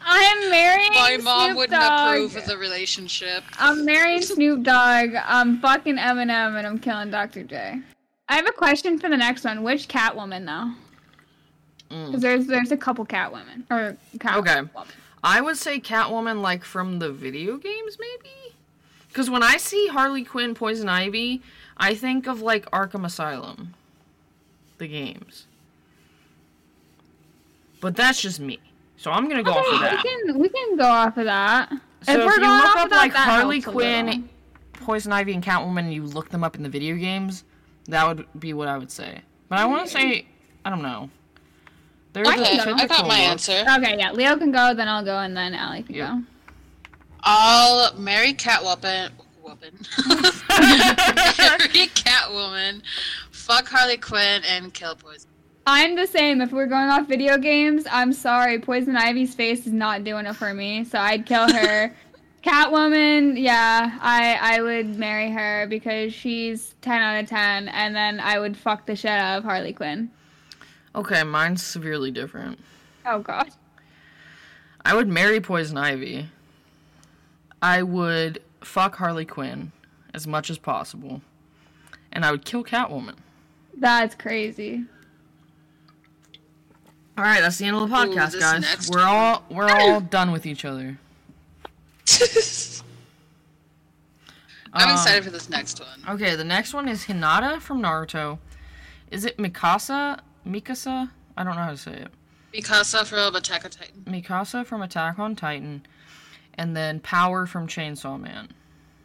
Speaker 2: I'm marrying
Speaker 3: my mom
Speaker 2: Snoop
Speaker 3: wouldn't
Speaker 2: Dogg.
Speaker 3: approve of the relationship.
Speaker 2: I'm marrying Snoop Dogg. I'm fucking Eminem and I'm killing Dr. J. I have a question for the next one. Which Catwoman though? Because there's there's a couple Catwomen or Catwoman.
Speaker 1: Mm. Okay. I would say Catwoman, like from the video games, maybe. Because when I see Harley Quinn, Poison Ivy, I think of like Arkham Asylum, the games. But that's just me. So I'm gonna go off of
Speaker 2: Okay,
Speaker 1: that.
Speaker 2: we can we can go off of that.
Speaker 1: So if, you look up like
Speaker 2: that
Speaker 1: Harley
Speaker 2: helps a little.
Speaker 1: Quinn, Poison Ivy, and Catwoman, and you look them up in the video games, that would be what I would say. But I want to say, I don't know. There's
Speaker 2: I
Speaker 1: a
Speaker 2: think-
Speaker 3: I got my
Speaker 1: typical-
Speaker 3: answer.
Speaker 2: Okay, yeah, Leo can go, then I'll go, and then Allie can
Speaker 1: Yeah.
Speaker 2: go.
Speaker 3: I'll marry Catwoman. Woman. <laughs> marry Catwoman. Fuck Harley Quinn and kill Poison.
Speaker 2: I'm the same. If we're going off video games, I'm sorry. Poison Ivy's face is not doing it for me, so I'd kill
Speaker 1: <laughs>
Speaker 2: her. Catwoman, yeah, I I would marry her because she's ten out of ten, and then I would fuck the shit out of Harley Quinn.
Speaker 1: Okay, mine's severely different.
Speaker 2: Oh god.
Speaker 1: I would marry Poison Ivy. I would fuck Harley Quinn as much as possible, and I would kill Catwoman.
Speaker 2: That's crazy.
Speaker 1: All right, that's the end of the podcast,
Speaker 3: this
Speaker 1: guys.
Speaker 3: next
Speaker 1: We're all we're <laughs> all done with each other.
Speaker 3: I'm
Speaker 1: Um,
Speaker 3: excited for this next one.
Speaker 1: Okay, the next one is Hinata from Naruto. Is it Mikasa? Mikasa? I don't know how to say it.
Speaker 3: Mikasa from Attack on Titan.
Speaker 1: Mikasa from Attack on Titan, and then Power from Chainsaw Man.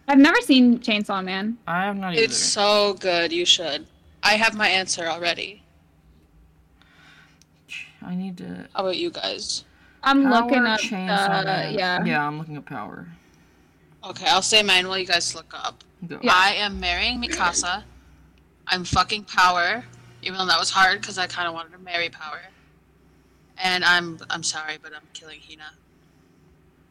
Speaker 2: I've never seen Chainsaw Man.
Speaker 1: I have not either.
Speaker 3: It's so good. You should. I have my answer already.
Speaker 1: I need to.
Speaker 3: How about you guys?
Speaker 2: I'm
Speaker 1: Power
Speaker 2: looking up.
Speaker 1: Chainsaw
Speaker 2: Uh,
Speaker 1: Man.
Speaker 2: yeah.
Speaker 1: Yeah, I'm looking at Power.
Speaker 3: Okay, I'll say mine while you guys look up.
Speaker 1: Go.
Speaker 3: I am marrying Mikasa. I'm fucking Power, even though that was hard because I kind of wanted to marry Power. And I'm I'm sorry, but I'm killing Hina.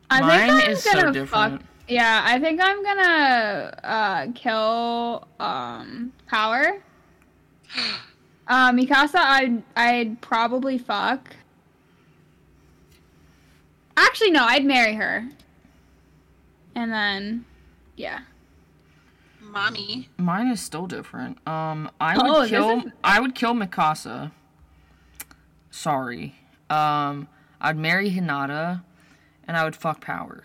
Speaker 2: I
Speaker 1: Mine
Speaker 2: think I'm
Speaker 1: is so
Speaker 2: gonna
Speaker 1: different.
Speaker 2: fuck. Yeah, I think I'm gonna uh, kill um, Power. <gasps> Uh, Mikasa, I'd I'd probably fuck. Actually, no, I'd marry her. And then, yeah.
Speaker 3: Mommy.
Speaker 1: Mine is still different. Um, I would
Speaker 2: Oh, this
Speaker 1: kill.
Speaker 2: is-
Speaker 1: I would kill Mikasa. Sorry. Um, I'd marry Hinata, and I would fuck Power.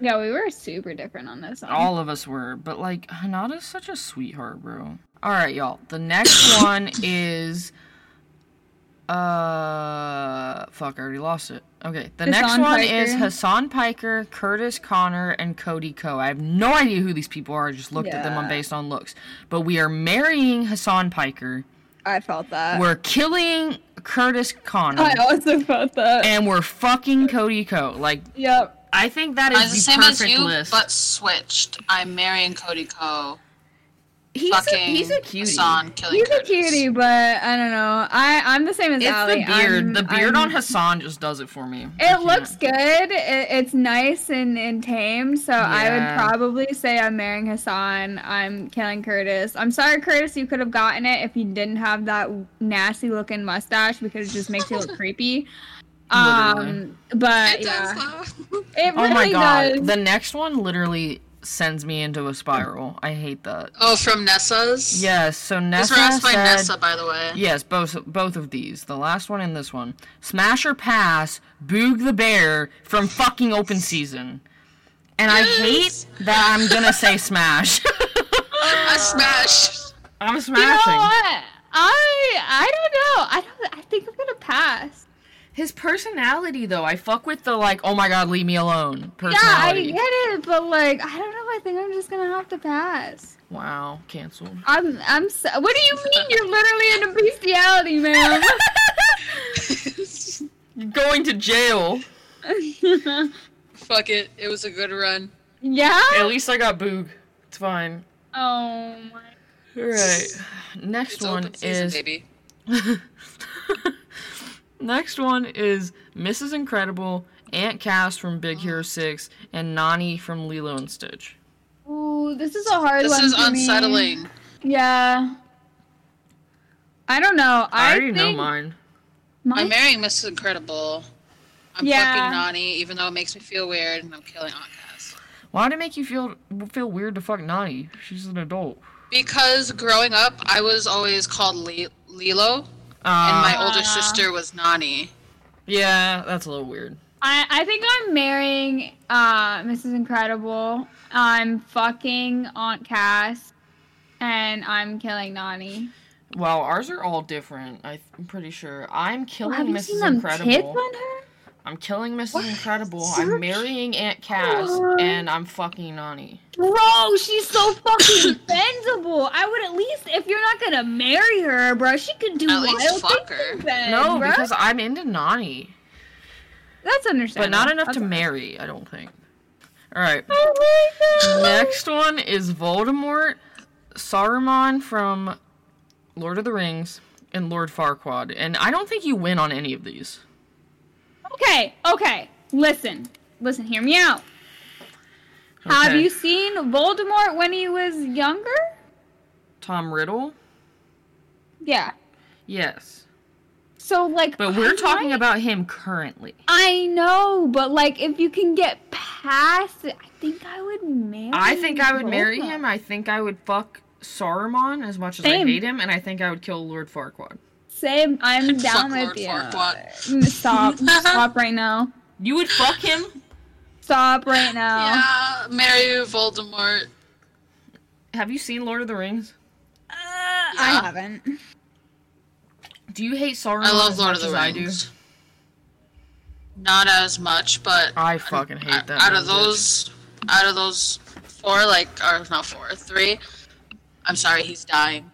Speaker 2: Yeah, we were super different on this one.
Speaker 1: All of us were, but like Hinata's such a sweetheart, bro. All right, y'all. The
Speaker 3: <coughs>
Speaker 1: next one is. Uh, fuck! I already lost it. Okay, the next
Speaker 2: Hassan
Speaker 1: one is
Speaker 2: Piker.
Speaker 1: Hassan Piker, Curtis Connor, and Cody Ko. I have no idea who these people are. I just looked at them on
Speaker 2: Yeah.
Speaker 1: based on looks. But we are marrying Hassan Piker.
Speaker 2: I felt
Speaker 3: Uh.
Speaker 2: that.
Speaker 1: We're killing Curtis Connor,
Speaker 2: <laughs> I also felt that.
Speaker 1: and we're fucking Cody Ko. Like
Speaker 2: yep.
Speaker 1: I think that
Speaker 3: I'm
Speaker 1: is
Speaker 3: the
Speaker 1: the
Speaker 3: same
Speaker 1: perfect
Speaker 3: as you,
Speaker 1: list.
Speaker 3: but switched. I'm marrying Cody Ko.
Speaker 1: he's a,
Speaker 3: fucking
Speaker 1: he's a cutie.
Speaker 3: Hassan, killing
Speaker 2: He's a
Speaker 3: Curtis.
Speaker 2: cutie, but I don't know. I I'm the same as
Speaker 1: It's
Speaker 2: Allie.
Speaker 1: the beard.
Speaker 2: I'm-
Speaker 1: the beard
Speaker 2: I'm-
Speaker 1: on Hassan just does it for me. I
Speaker 2: It
Speaker 1: can't.
Speaker 2: looks good. It, it's nice and, and tamed. So I
Speaker 1: Yeah.
Speaker 2: would probably say I'm marrying Hassan. I'm killing Curtis. I'm sorry, Curtis. You could have gotten it if you didn't have that nasty looking mustache because it just makes you
Speaker 1: <laughs>
Speaker 2: look creepy. Um, but
Speaker 3: It
Speaker 2: yeah,
Speaker 3: does though.
Speaker 2: it
Speaker 1: Oh my
Speaker 2: really
Speaker 1: god.
Speaker 2: does.
Speaker 1: The next one literally sends me into a spiral. I hate that.
Speaker 3: oh, from Nessa's.
Speaker 1: Yes. So
Speaker 3: These
Speaker 1: Nessa
Speaker 3: were asked by
Speaker 1: said.
Speaker 3: Nessa, by the way.
Speaker 1: Yes, both both of these. The last one and this one. Smash or pass, Boog the Bear from fucking open season. And
Speaker 3: Yes.
Speaker 1: I hate that I'm gonna say smash. <laughs>
Speaker 3: I smash.
Speaker 1: I'm
Speaker 2: you know
Speaker 1: smashing.
Speaker 2: what? I I don't know. I don't. I think I'm gonna pass.
Speaker 1: His personality though, I fuck with the like, oh my god, leave me alone
Speaker 2: Yeah, I
Speaker 1: personality.
Speaker 2: get it, but like, I don't know. I think I'm just gonna have to pass.
Speaker 1: Wow, canceled.
Speaker 2: I'm I'm. So, what do you mean? You're literally into bestiality, man.
Speaker 1: You're going to jail.
Speaker 3: Fuck it. It was a good run.
Speaker 2: <laughs> yeah.
Speaker 1: At least I got boog. It's fine.
Speaker 2: Oh my.
Speaker 1: Alright. Next
Speaker 3: It's
Speaker 1: one
Speaker 3: open season,
Speaker 1: is
Speaker 3: baby.
Speaker 1: <laughs> Next one is Mrs. Incredible, Aunt Cass from Big
Speaker 2: <gasps>
Speaker 1: Hero Six, and Nani from Lilo and Stitch.
Speaker 2: Ooh, this is a hard
Speaker 3: This
Speaker 2: one.
Speaker 3: is
Speaker 2: for me.
Speaker 3: unsettling.
Speaker 2: Yeah. I don't know.
Speaker 1: I,
Speaker 2: I,
Speaker 1: already know
Speaker 2: think
Speaker 1: mine.
Speaker 2: my-
Speaker 3: I'm marrying Mrs. Incredible. I'm
Speaker 2: Yeah.
Speaker 3: fucking Nani, even though it makes me feel weird, and I'm killing Aunt Cass.
Speaker 1: Why did it make you feel feel weird to fuck Nani? She's an adult.
Speaker 3: Because growing up, I was always called Le- Lilo, and
Speaker 1: Uh,
Speaker 3: my older sister was Nani.
Speaker 1: yeah, that's a little weird.
Speaker 2: I, I think I'm marrying uh, Mrs. Incredible. I'm fucking Aunt Cass, and I'm killing Nani.
Speaker 1: Wow, ours are all different. I th- I'm pretty sure. I'm killing
Speaker 2: Have you
Speaker 1: Mrs.
Speaker 2: seen them kids
Speaker 1: Incredible.
Speaker 2: on her?
Speaker 1: I'm killing Mrs.
Speaker 3: What?
Speaker 1: Incredible.
Speaker 2: You're
Speaker 1: I'm marrying Aunt Cass,
Speaker 2: cute.
Speaker 1: and I'm fucking Nani.
Speaker 2: Bro, she's so fucking defensible. I would at least, if you're not gonna marry her, bro, she could do
Speaker 3: At
Speaker 2: wild
Speaker 3: least fuck her.
Speaker 2: things. Then,
Speaker 1: no,
Speaker 2: bro.
Speaker 1: because I'm into Nani.
Speaker 2: that's
Speaker 1: But
Speaker 2: understandable.
Speaker 1: not enough
Speaker 2: That's
Speaker 1: to
Speaker 2: all.
Speaker 1: marry, I don't think. All right.
Speaker 2: Oh my god.
Speaker 1: Next one is Voldemort, Saruman from Lord of the Rings, and Lord Farquaad. And I don't think you win on any of these.
Speaker 2: Okay, okay. Listen, listen. Hear me out. Have
Speaker 1: Okay.
Speaker 2: you seen Voldemort when he was younger?
Speaker 1: Tom Riddle?
Speaker 2: Yeah.
Speaker 1: Yes.
Speaker 2: So like.
Speaker 1: But we're
Speaker 2: I
Speaker 1: talking
Speaker 2: might-
Speaker 1: about him currently.
Speaker 2: I know, but like, if you can get past it, I think I would marry.
Speaker 1: I think I would marry
Speaker 2: Voldemort.
Speaker 1: him. I think I would fuck Saruman as much as
Speaker 2: Same.
Speaker 1: I hate him, and I think I would kill Lord Farquaad.
Speaker 2: Same. I'm
Speaker 3: Fuck
Speaker 2: down with
Speaker 3: Lord
Speaker 2: you.
Speaker 3: Farquaad.
Speaker 2: Mm,
Speaker 3: <laughs>
Speaker 2: Stop. Stop right now.
Speaker 1: You would fuck him?
Speaker 2: Stop right
Speaker 1: Oh.
Speaker 2: now.
Speaker 3: Yeah, marry
Speaker 1: Uh,
Speaker 3: Voldemort.
Speaker 1: Have you seen Lord of the Rings?
Speaker 2: Uh,
Speaker 3: Yeah.
Speaker 2: I haven't.
Speaker 1: Do you hate Saruman?
Speaker 3: I love
Speaker 1: as
Speaker 3: Lord of
Speaker 1: much
Speaker 3: the
Speaker 1: as I do?
Speaker 3: Rings. Not as much, but
Speaker 1: I fucking hate that.
Speaker 3: out of
Speaker 1: movie.
Speaker 3: those, out of those four, like or not four, three. I'm sorry, he's dying.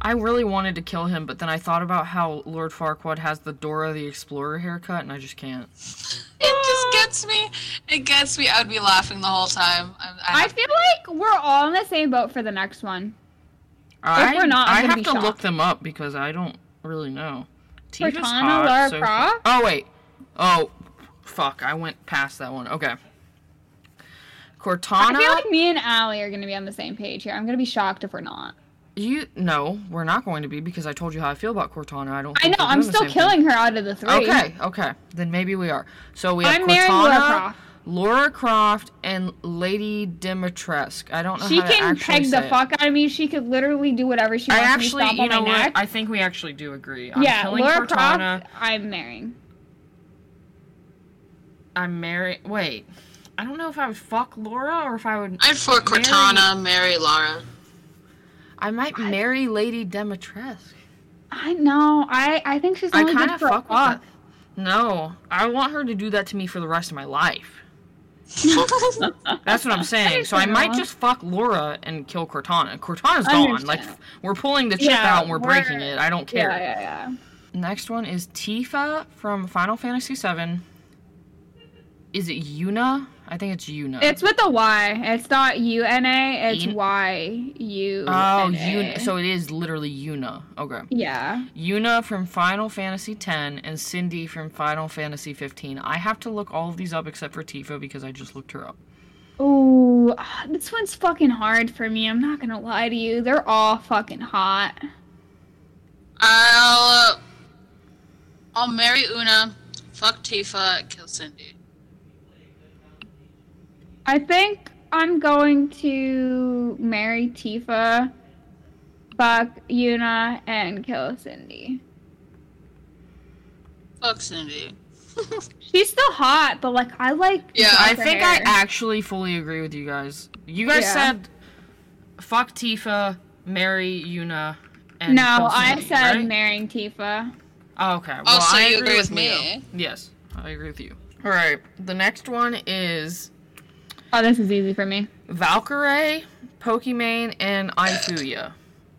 Speaker 1: I really wanted to kill him, but then I thought about how Lord Farquaad has the Dora the Explorer haircut, and I just can't.
Speaker 3: It just gets me. It gets me. I'd be laughing the whole time. I'm, I,
Speaker 2: I feel like we're all in the same boat for the next one.
Speaker 1: I,
Speaker 2: we're not, I'm
Speaker 1: I
Speaker 2: gonna
Speaker 1: have
Speaker 2: be
Speaker 1: to look
Speaker 2: shocked.
Speaker 1: them up because I don't really know. Tifa's
Speaker 2: Cortana,
Speaker 1: hot,
Speaker 2: Lara
Speaker 1: so-
Speaker 2: Croft?
Speaker 1: Oh wait. Oh, fuck! I went past that one. Okay. Cortana,
Speaker 2: I feel like me and Allie are gonna be on the same page here. I'm gonna be shocked if we're not.
Speaker 1: you no, we're not going to be because I told you how I feel about Cortana. I don't.
Speaker 2: I know.
Speaker 1: think we're doing
Speaker 2: I'm
Speaker 1: the
Speaker 2: still
Speaker 1: same thing.
Speaker 2: killing her out of the three.
Speaker 1: Okay, okay. Then maybe we are. So we have
Speaker 2: I'm marrying Lara
Speaker 1: Cortana,
Speaker 2: Croft.
Speaker 1: Laura Croft, and Lady Dimitrescu. I don't know
Speaker 2: She
Speaker 1: how to
Speaker 2: can
Speaker 1: actually
Speaker 2: peg the
Speaker 1: say it.
Speaker 2: fuck out of me. She could literally do whatever she
Speaker 1: I
Speaker 2: wants
Speaker 1: actually,
Speaker 2: to stop
Speaker 1: you
Speaker 2: on my
Speaker 1: know what?
Speaker 2: neck.
Speaker 1: I think we actually do agree. I'm
Speaker 2: yeah,
Speaker 1: killing
Speaker 2: Laura
Speaker 1: Cortana.
Speaker 2: Croft. I'm marrying.
Speaker 1: I'm married. Wait, I don't know if I would fuck Laura or if I would.
Speaker 3: I'd for Cortana, marry Lara.
Speaker 1: I might marry Lady Demetresque.
Speaker 2: I know. I I think she's
Speaker 1: I
Speaker 2: only
Speaker 1: kind
Speaker 2: good
Speaker 1: of
Speaker 2: for a
Speaker 1: fuck with
Speaker 2: fuck.
Speaker 1: that. No, I want her to do that to me for the rest of my life. That's what I'm saying. So I might just fuck Laura and kill Cortana. Cortana's gone.
Speaker 2: Understand.
Speaker 1: Like f- we're pulling the chip
Speaker 2: Yeah,
Speaker 1: out and we're,
Speaker 2: we're-
Speaker 1: breaking it. I don't care.
Speaker 2: Yeah, yeah, yeah.
Speaker 1: Next one is Tifa from Final Fantasy VII. Is it Yuna? I think it's Yuna.
Speaker 2: It's with a Y. It's not U N A. It's
Speaker 1: Yun-
Speaker 2: Y U.
Speaker 1: oh
Speaker 2: N A.
Speaker 1: Yuna. So it is literally Yuna. Okay.
Speaker 2: yeah.
Speaker 1: Yuna from Final Fantasy X and Cindy from Final Fantasy 15. I have to look all of these up except for Tifa because I just looked her up.
Speaker 2: Ooh, <sighs> ah, this one's fucking hard for me. I'm not gonna lie to you. They're all fucking hot.
Speaker 3: I'll uh, I'll marry Una, fuck Tifa, kill Cindy.
Speaker 2: I think I'm going to marry Tifa, fuck Yuna, and kill Cindy.
Speaker 3: Fuck Cindy.
Speaker 2: She's still hot, but like I like.
Speaker 3: Yeah,
Speaker 2: darker
Speaker 1: I think I
Speaker 2: hair.
Speaker 1: actually fully agree with you guys. You guys
Speaker 2: Yeah.
Speaker 1: said fuck Tifa, marry Yuna, and
Speaker 2: No,
Speaker 1: kill
Speaker 2: I
Speaker 1: Cindy,
Speaker 2: said
Speaker 1: right?
Speaker 2: marrying Tifa.
Speaker 1: Oh, okay. Well,
Speaker 3: so
Speaker 1: I
Speaker 3: you
Speaker 1: agree
Speaker 3: agree
Speaker 1: with
Speaker 3: with me.
Speaker 1: Leo. Yes, I agree with you. All right. The next one is
Speaker 2: Oh, this is easy for me.
Speaker 1: Valkyrie, Pokimane, and Ifuya.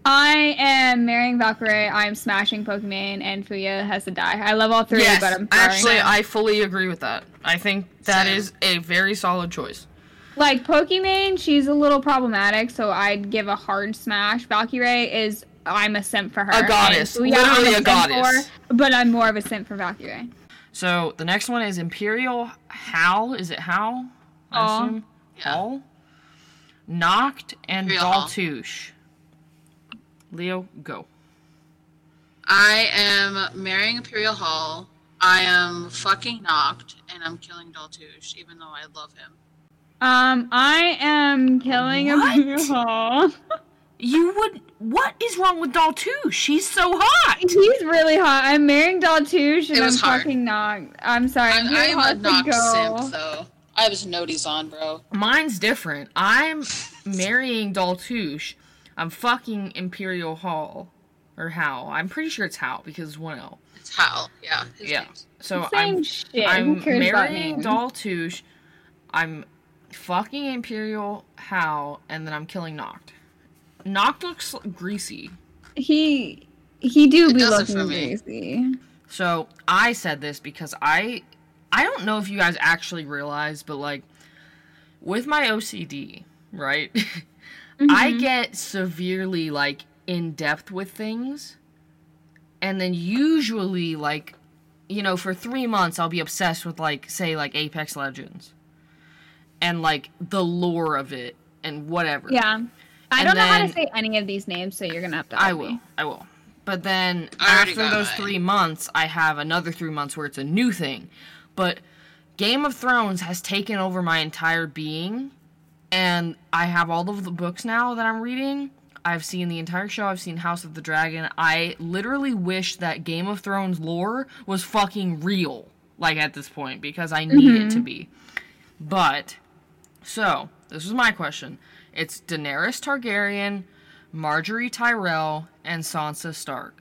Speaker 2: I am marrying Valkyrie. I'm smashing Pokemon, and Fuya has to die. I love all three, but I'm sorry.
Speaker 1: actually, I fully agree with that. I think that
Speaker 3: Same.
Speaker 1: is a very solid choice.
Speaker 2: Like Pokimane, she's a little problematic, so I'd give a hard smash. Valkyrie is I'm a simp for her.
Speaker 1: A goddess.
Speaker 2: And Ouya, I'm
Speaker 1: Literally a
Speaker 2: simp
Speaker 1: goddess.
Speaker 2: for, but I'm more of a simp for Valkyrie.
Speaker 1: So the next one is Imperial Hal. Is it Hal?
Speaker 2: Hal.
Speaker 1: I assume. Hal. Noct and
Speaker 3: Imperial Hal.
Speaker 1: Daltouche. Leo, go.
Speaker 3: I am marrying Imperial Hall. I am fucking knocked, and I'm killing Daltouche, even though I love him.
Speaker 2: Um, I am killing
Speaker 1: What?
Speaker 2: a beautiful. <laughs>
Speaker 1: You would. What is wrong with Daltouche? She's so hot.
Speaker 2: He's really hot. I'm marrying Daltouche and
Speaker 3: It was
Speaker 2: I'm
Speaker 3: hard.
Speaker 2: fucking knocked. I'm sorry.
Speaker 3: I'm,
Speaker 2: really
Speaker 3: I'm a
Speaker 2: hot to
Speaker 3: knocked
Speaker 2: go.
Speaker 3: simp, though. I was noties on, bro.
Speaker 1: Mine's different. I'm marrying Daltouche. I'm fucking Imperial Hall. Or Hal. I'm pretty sure it's Hal because it's one L.
Speaker 3: It's Hal. Yeah. his
Speaker 1: Yeah.
Speaker 3: name's-
Speaker 1: So
Speaker 2: Same
Speaker 1: I'm
Speaker 2: shit. Who
Speaker 1: I'm
Speaker 2: cares about
Speaker 1: marrying
Speaker 2: names?
Speaker 1: Daltouche. I'm fucking Imperial Hal, and then I'm killing Noct. Noct looks greasy.
Speaker 2: He he do
Speaker 3: It
Speaker 2: be
Speaker 3: does it
Speaker 2: looking
Speaker 3: for me.
Speaker 2: crazy.
Speaker 1: So I said this because I I don't know if you guys actually realize, but like with my OCD, right? <laughs> I get severely like in depth with things. And then usually like you know, for 3 months I'll be obsessed with like say like Apex Legends and like the lore of it and whatever.
Speaker 2: Yeah. I
Speaker 1: And
Speaker 2: don't know how
Speaker 1: then-
Speaker 2: to say any of these names, so you're gonna have to.
Speaker 1: I
Speaker 2: help me.
Speaker 1: will. I will. But then
Speaker 3: I already
Speaker 1: after
Speaker 3: got
Speaker 1: those
Speaker 3: mine.
Speaker 1: three months, I have another three months where it's a new thing. But Game of Thrones has taken over my entire being, and I have all of the books now that I'm reading. I've seen the entire show. I've seen House of the Dragon. I literally wish that Game of Thrones lore was fucking real, like at this point, because I need it to be. But, so, this is my question. It's Daenerys Targaryen, Marjorie Tyrell, and Sansa Stark.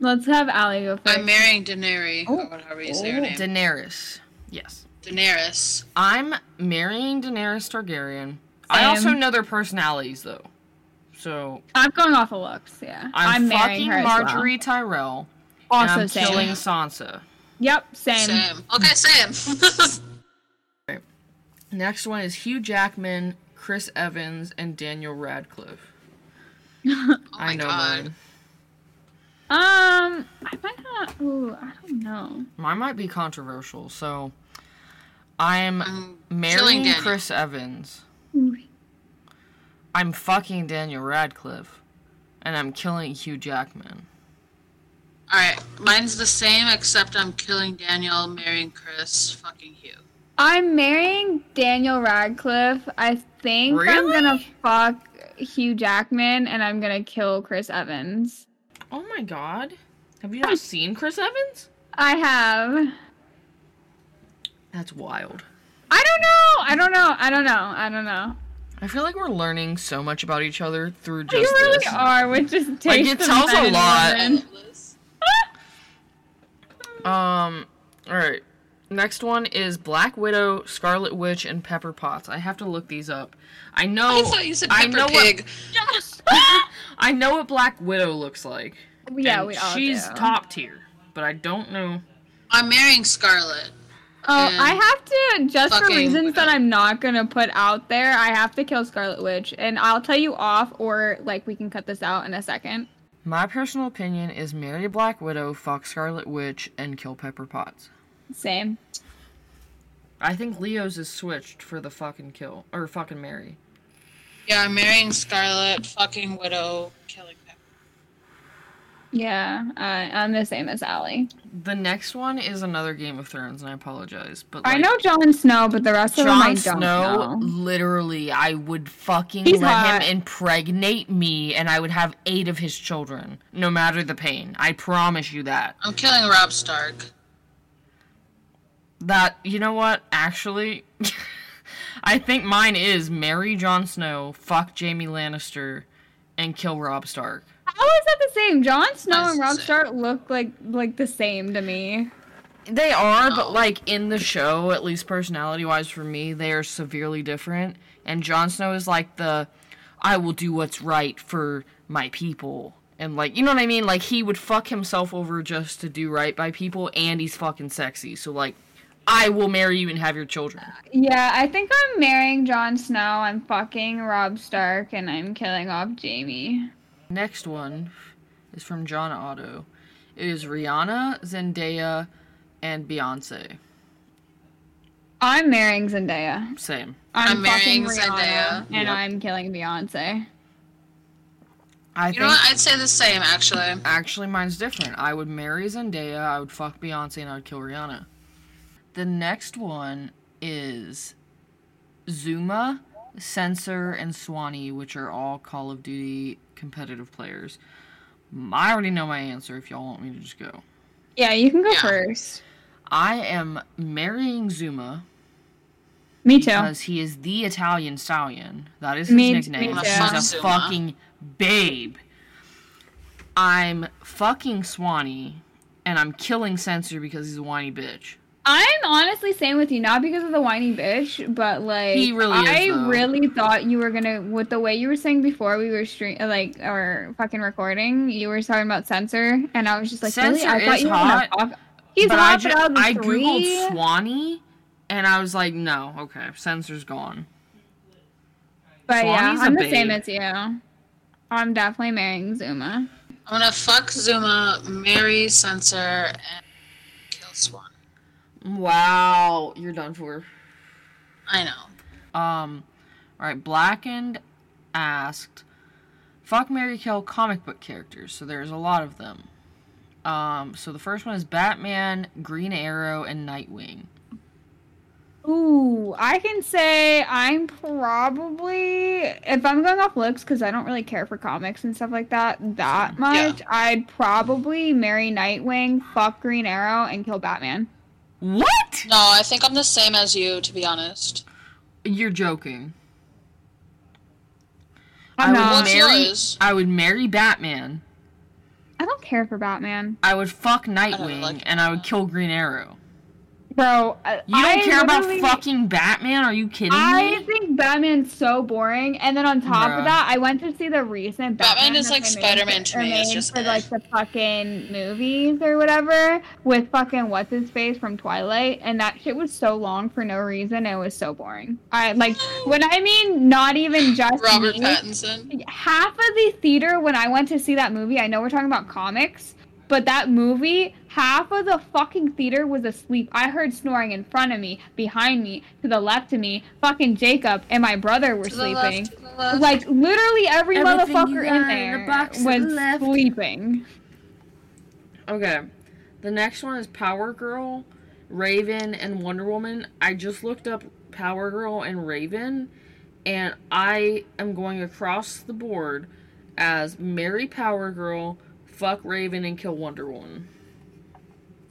Speaker 2: Let's have Allie go first.
Speaker 3: I'm marrying Daenerys, or however you say her name.
Speaker 1: Daenerys. Yes.
Speaker 3: Daenerys.
Speaker 1: I'm marrying Daenerys Targaryen. I
Speaker 2: Same.
Speaker 1: also know their personalities, though. So,
Speaker 2: I'm going off of looks. Yeah.
Speaker 1: I'm, fucking
Speaker 2: marrying her as well.
Speaker 1: Marjorie Tyrell. and
Speaker 2: Also
Speaker 1: I'm
Speaker 2: same.
Speaker 1: killing Sansa.
Speaker 2: Yep. Same.
Speaker 3: Same. Okay, <laughs> Oh same.
Speaker 1: Next one is Hugh Jackman, Chris Evans, and Daniel Radcliffe.
Speaker 3: oh my
Speaker 1: I know
Speaker 3: god.
Speaker 1: mine.
Speaker 2: Um, I might not. Ooh, I don't know.
Speaker 1: Mine might be controversial, so I'm
Speaker 3: I'm Mm. killing
Speaker 1: marrying
Speaker 3: Daniel.
Speaker 1: Chris Evans.
Speaker 2: Ooh.
Speaker 1: I'm fucking Daniel Radcliffe. And I'm killing Hugh Jackman.
Speaker 3: Alright, mine's the same except I'm killing Daniel, marrying Chris, fucking Hugh.
Speaker 2: I'm marrying Daniel Radcliffe. I think I'm gonna
Speaker 1: Really?
Speaker 2: fuck Hugh Jackman and I'm gonna kill Chris Evans.
Speaker 1: Oh my god. Have you not seen Chris Evans?
Speaker 2: I have.
Speaker 1: That's wild.
Speaker 2: I don't know. I don't know. I don't know. I don't know.
Speaker 1: I feel like we're learning so much about each other through just
Speaker 2: you really
Speaker 1: this.
Speaker 2: are, which is takes
Speaker 1: it
Speaker 2: the
Speaker 1: tells a
Speaker 2: men and
Speaker 1: lot. <laughs>
Speaker 2: women.
Speaker 1: Um, alright. Next one is Black Widow, Scarlet Witch, and Pepper Potts. I have to look these up. I know
Speaker 3: I thought you said
Speaker 1: Oh, I
Speaker 3: Pepper
Speaker 1: know what-
Speaker 3: Pig.
Speaker 1: <laughs> I know what Black Widow looks like.
Speaker 2: yeah,
Speaker 1: and
Speaker 2: we all
Speaker 1: She's
Speaker 2: do.
Speaker 1: top tier, but I don't know.
Speaker 3: I'm marrying Scarlet.
Speaker 2: Oh,
Speaker 3: and
Speaker 2: I have to just for
Speaker 3: fucking
Speaker 2: reasons that
Speaker 3: Widow.
Speaker 2: I'm not gonna put out there. I have to kill Scarlet Witch, and I'll tell you off, or like we can cut this out in a second.
Speaker 1: My personal opinion is marry Black Widow, fuck Scarlet Witch, and kill Pepper Potts.
Speaker 2: Same.
Speaker 1: I think Leo's is switched for the fucking kill or fucking Mary.
Speaker 3: Yeah, I'm marrying Scarlet, fucking Widow, killing Pepper.
Speaker 2: Yeah, I I'm the same as Allie.
Speaker 1: The next one is another Game of Thrones, and I apologize, but
Speaker 2: I
Speaker 1: like,
Speaker 2: know Jon Snow, but the rest of them I
Speaker 1: Jon
Speaker 2: don't
Speaker 1: Snow.
Speaker 2: know.
Speaker 1: Literally, I would fucking
Speaker 2: He's
Speaker 1: let
Speaker 2: hot.
Speaker 1: him impregnate me, and I would have eight of his children, no matter the pain. I promise you that.
Speaker 3: I'm killing Rob Stark.
Speaker 1: That you know what? Actually, <laughs> I think mine is marry Jon Snow, fuck Jamie Lannister, and kill Rob Stark.
Speaker 2: How is that the same? Jon Snow
Speaker 3: That's
Speaker 2: and
Speaker 3: the
Speaker 2: Rob
Speaker 3: same.
Speaker 2: Stark look like like the same to me.
Speaker 1: They are,
Speaker 3: No.
Speaker 1: but like in the show, at least personality wise for me, they are severely different. And Jon Snow is like the I will do what's right for my people. And like you know what I mean? Like he would fuck himself over just to do right by people and he's fucking sexy. So like I will marry you and have your children.
Speaker 2: Yeah, I think I'm marrying Jon Snow. I'm fucking Rob Stark, and I'm killing off Jamie.
Speaker 1: Next one is from John Otto. It is Rihanna, Zendaya, and Beyonce.
Speaker 2: I'm marrying Zendaya.
Speaker 1: Same.
Speaker 2: I'm,
Speaker 3: I'm
Speaker 2: fucking
Speaker 3: marrying
Speaker 2: Rihanna,
Speaker 3: Zendaya.
Speaker 2: and
Speaker 1: Yep.
Speaker 2: I'm killing Beyonce.
Speaker 1: I
Speaker 3: You
Speaker 1: think
Speaker 3: know what? I'd say the same, actually.
Speaker 1: Actually, mine's different. I would marry Zendaya, I would fuck Beyonce, and I would kill Rihanna. The next one is Zuma, Sensor, and Swanee, which are all Call of Duty competitive players. M- I already know my answer if y'all want me to just go.
Speaker 2: Yeah, you can go
Speaker 3: Yeah.
Speaker 2: first.
Speaker 1: I am marrying Zuma
Speaker 2: Me too.
Speaker 1: because he is the Italian stallion. That is his
Speaker 2: Me-
Speaker 1: nickname.
Speaker 2: me
Speaker 1: He's
Speaker 3: too.
Speaker 1: a
Speaker 3: Zuma.
Speaker 1: fucking babe. I'm fucking Swanee, and I'm killing Censor because he's a whiny bitch.
Speaker 2: I'm honestly saying with you, not because of the whiny bitch, but like
Speaker 1: He really is,
Speaker 2: I
Speaker 1: though.
Speaker 2: really thought you were gonna with the way you were saying before we were stream like or fucking recording. You were talking about censor, and I was just like, really?
Speaker 1: Censor
Speaker 2: I thought
Speaker 1: is
Speaker 2: you were gonna
Speaker 1: hot,
Speaker 2: fuck- He's
Speaker 1: but
Speaker 2: hot,
Speaker 1: I,
Speaker 2: but out of the
Speaker 1: I
Speaker 2: three,
Speaker 1: googled Swanee, and I was like, no, okay, Censor's gone.
Speaker 2: but yeah,
Speaker 1: Swanee's a
Speaker 2: I'm the same
Speaker 1: babe.
Speaker 2: as you. I'm definitely marrying Zuma.
Speaker 3: I'm gonna fuck Zuma, marry Censor, and kill Swan.
Speaker 1: Wow, you're done for.
Speaker 3: I know.
Speaker 1: Um, all right. Blackened asked, "Fuck Mary Kill comic book characters." So there's a lot of them. Um, so the first one is Batman, Green Arrow, and Nightwing.
Speaker 2: Ooh, I can say I'm probably if I'm going off looks because I don't really care for comics and stuff like that that much. I'd probably marry Nightwing, fuck Green Arrow, and kill Batman.
Speaker 1: What?
Speaker 3: No, I think I'm the same as you, to be honest.
Speaker 1: You're joking.
Speaker 2: I'm
Speaker 1: I
Speaker 2: not.
Speaker 1: would
Speaker 3: What's
Speaker 1: marry.
Speaker 3: yours?
Speaker 1: I would marry Batman.
Speaker 2: I don't care for Batman,
Speaker 1: I would fuck
Speaker 3: don't
Speaker 1: Nightwing,
Speaker 3: like
Speaker 1: and I would kill Green Arrow.
Speaker 2: bro. I-
Speaker 1: You don't
Speaker 2: I
Speaker 1: care about
Speaker 2: literally-
Speaker 1: fucking Batman? Are you kidding
Speaker 2: I
Speaker 1: me?
Speaker 2: think Batman's so boring. And then on top
Speaker 1: Bruh.
Speaker 2: of that, I went to see the recent Batman.
Speaker 3: Batman is
Speaker 2: that
Speaker 3: like
Speaker 2: they made
Speaker 3: Spider-Man to
Speaker 2: or
Speaker 3: me, it's
Speaker 2: made
Speaker 3: just
Speaker 2: for
Speaker 3: eh.
Speaker 2: like the fucking movies or whatever with fucking what's his face from Twilight, and that shit was so long for no reason. It was so boring. I like when I mean not even just
Speaker 3: Robert
Speaker 2: me,
Speaker 3: Pattinson.
Speaker 2: half of the theater when I went to see that movie. I know we're talking about comics. But that movie, half of the fucking theater was asleep. I heard snoring in front of me, behind me, to the left of me. Fucking Jacob and my brother were
Speaker 3: To the
Speaker 2: sleeping.
Speaker 3: left, to the left.
Speaker 2: Like literally every
Speaker 1: Everything you
Speaker 2: motherfucker
Speaker 1: got in
Speaker 2: in there
Speaker 1: the box to the
Speaker 2: was
Speaker 1: left.
Speaker 2: sleeping.
Speaker 1: Okay. The next one is Power Girl, Raven, and Wonder Woman. I just looked up Power Girl and Raven, and I am going across the board as marry Power Girl, fuck Raven, and kill Wonder Woman.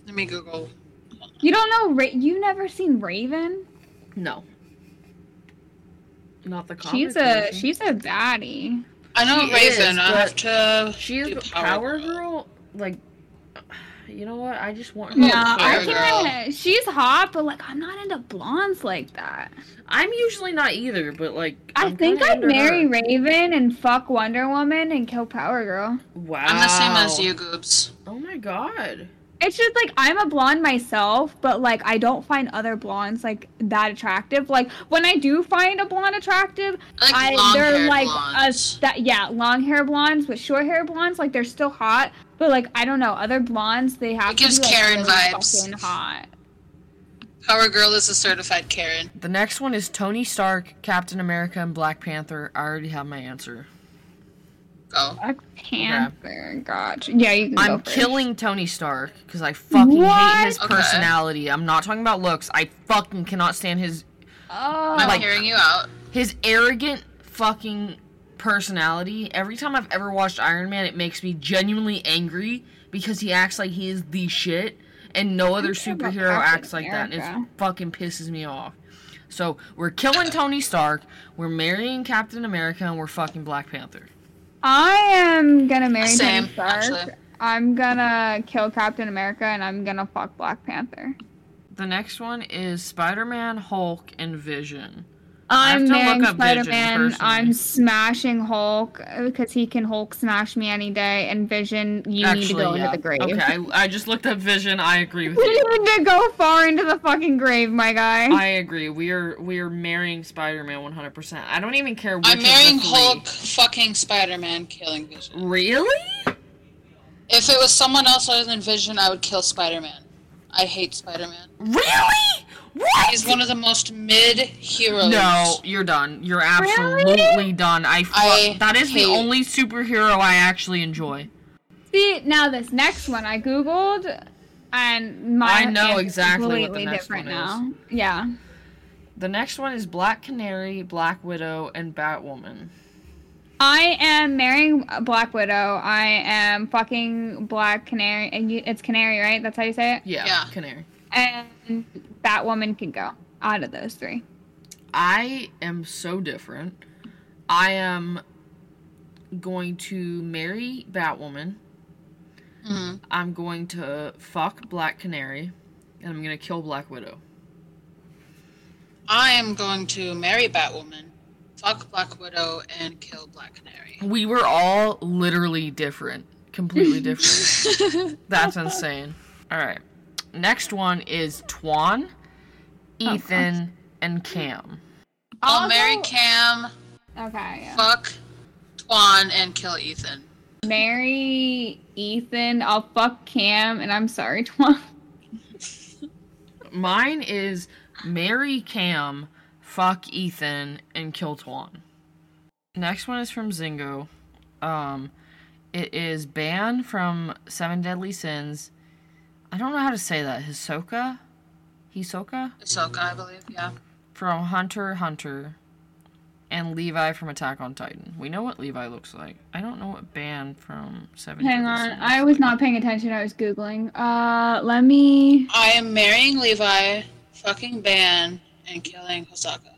Speaker 3: Let me Google.
Speaker 2: You don't know Ra- you never seen Raven?
Speaker 1: No. Not the comic
Speaker 2: She's a
Speaker 1: version.
Speaker 2: she's a baddie.
Speaker 3: I know
Speaker 1: She
Speaker 3: Raven.
Speaker 1: is,
Speaker 3: I have to.
Speaker 1: She is
Speaker 3: do
Speaker 1: the Power Girl. Like, <sighs> you know what? I just want her.
Speaker 2: No,
Speaker 1: to
Speaker 2: I
Speaker 3: Power
Speaker 1: fuck.
Speaker 3: Girl.
Speaker 2: can't. She's hot, but like I'm not into blondes like that.
Speaker 1: I'm usually not either, but like.
Speaker 2: i
Speaker 1: I'm
Speaker 2: think
Speaker 1: kinda
Speaker 2: I'd
Speaker 1: into
Speaker 2: marry
Speaker 1: her.
Speaker 2: Raven and fuck Wonder Woman and kill Power Girl.
Speaker 1: Wow.
Speaker 3: I'm the same as you, Goobs.
Speaker 1: Oh my god.
Speaker 2: It's just like I'm a blonde myself, but like I don't find other blondes like that attractive. Like when I do find a blonde attractive,
Speaker 3: I like
Speaker 2: I
Speaker 3: long
Speaker 2: they're
Speaker 3: hair
Speaker 2: like
Speaker 3: blondes.
Speaker 2: a that yeah, long hair blondes, but short hair blondes like they're still hot, but like I don't know, other blondes they have
Speaker 3: It
Speaker 2: to
Speaker 3: gives
Speaker 2: be, like,
Speaker 3: Karen
Speaker 2: really
Speaker 3: vibes.
Speaker 2: fucking hot.
Speaker 3: Power Girl is a certified Karen.
Speaker 1: The next one is Tony Stark, Captain America, and Black Panther. I already have my answer.
Speaker 3: Go.
Speaker 2: Black Panther, gotcha. Yeah, you can go
Speaker 1: I'm
Speaker 2: first.
Speaker 1: killing Tony Stark because I fucking hate his
Speaker 2: What?
Speaker 3: Okay.
Speaker 1: personality. I'm not talking about looks. I fucking cannot stand his
Speaker 2: Oh,
Speaker 3: I'm
Speaker 1: Like-
Speaker 3: hearing you out.
Speaker 1: his arrogant fucking personality. Every time I've ever watched Iron Man, it makes me genuinely angry because he acts like he is the shit, and no other
Speaker 2: care about
Speaker 1: superhero
Speaker 2: Captain
Speaker 1: acts like that. And
Speaker 2: America.
Speaker 1: it fucking pisses me off. So we're killing Tony Stark, we're marrying Captain America, and we're fucking Black Panther.
Speaker 2: I am gonna marry
Speaker 3: Same,
Speaker 2: Tony Stark.
Speaker 3: actually.
Speaker 2: I'm gonna kill Captain America and I'm gonna fuck Black Panther.
Speaker 1: The next one is Spider-Man, Hulk, and Vision. I have
Speaker 2: I'm
Speaker 1: to look
Speaker 2: marrying
Speaker 1: up Vision
Speaker 2: Spider Man.
Speaker 1: personally.
Speaker 2: I'm smashing Hulk because he can Hulk smash me any day. And Vision, you need to go into the grave.
Speaker 1: Okay, I, I just looked up Vision. I agree with
Speaker 2: <laughs> You
Speaker 1: you.
Speaker 2: need to go far into the fucking grave, my guy.
Speaker 1: I agree. We are we are marrying Spider-Man 100%. I don't even care which
Speaker 3: I'm
Speaker 1: of
Speaker 3: marrying
Speaker 1: the three.
Speaker 3: Hulk, fucking Spider Man, killing Vision.
Speaker 1: Really?
Speaker 3: If it was someone else other than Vision, I would kill Spider Man. I hate Spider Man.
Speaker 1: Really? What?
Speaker 3: He's one of the most mid heroes.
Speaker 1: no, you're done. You're absolutely
Speaker 2: Really?
Speaker 1: done. I, fu-
Speaker 3: I
Speaker 1: that is the
Speaker 3: hate-
Speaker 1: only superhero I actually enjoy.
Speaker 2: See, now this next one I Googled and my
Speaker 1: I know
Speaker 2: answer's
Speaker 1: exactly what the
Speaker 2: completely
Speaker 1: next
Speaker 2: different
Speaker 1: one is.
Speaker 2: now. Yeah.
Speaker 1: The next one is Black Canary, Black Widow, and Batwoman.
Speaker 2: I am marrying Black Widow. I am fucking Black Canary. and you- It's Canary, right? That's how you say it?
Speaker 1: Yeah,
Speaker 3: Yeah.
Speaker 1: Canary.
Speaker 2: And Batwoman can go out of those three.
Speaker 1: I am so different. I am going to marry Batwoman.
Speaker 3: hmm
Speaker 1: I'm going to fuck Black Canary, and I'm gonna kill Black Widow.
Speaker 3: I am going to marry Batwoman, fuck Black Widow, and kill Black Canary.
Speaker 1: We were all literally different, completely different. That's insane. All right, next one is Twan, Ethan, and Cam.
Speaker 3: I'll marry
Speaker 2: Also-
Speaker 3: Cam,
Speaker 2: Okay. Yeah.
Speaker 3: fuck Twan, and kill Ethan.
Speaker 2: Marry Ethan. I'll fuck Cam, and I'm sorry, <laughs> Twan.
Speaker 1: Mine is marry Cam, fuck Ethan, and kill Twan. Next one is from Zingo. Um, it is Ban from Seven Deadly Sins. I don't know how to say that. Hisoka? Hisoka
Speaker 3: Ahsoka, I believe. Yeah.
Speaker 1: from Hunter x Hunter, and Levi from Attack on Titan. We know what Levi looks like. I don't know what Ban from Seven.
Speaker 2: Hang on,
Speaker 1: Deadly Sins
Speaker 2: I
Speaker 1: looks
Speaker 2: was
Speaker 1: like.
Speaker 2: not paying attention. I was googling. Uh, let me.
Speaker 3: I am marrying Levi, fucking Ban, and killing Hosaka.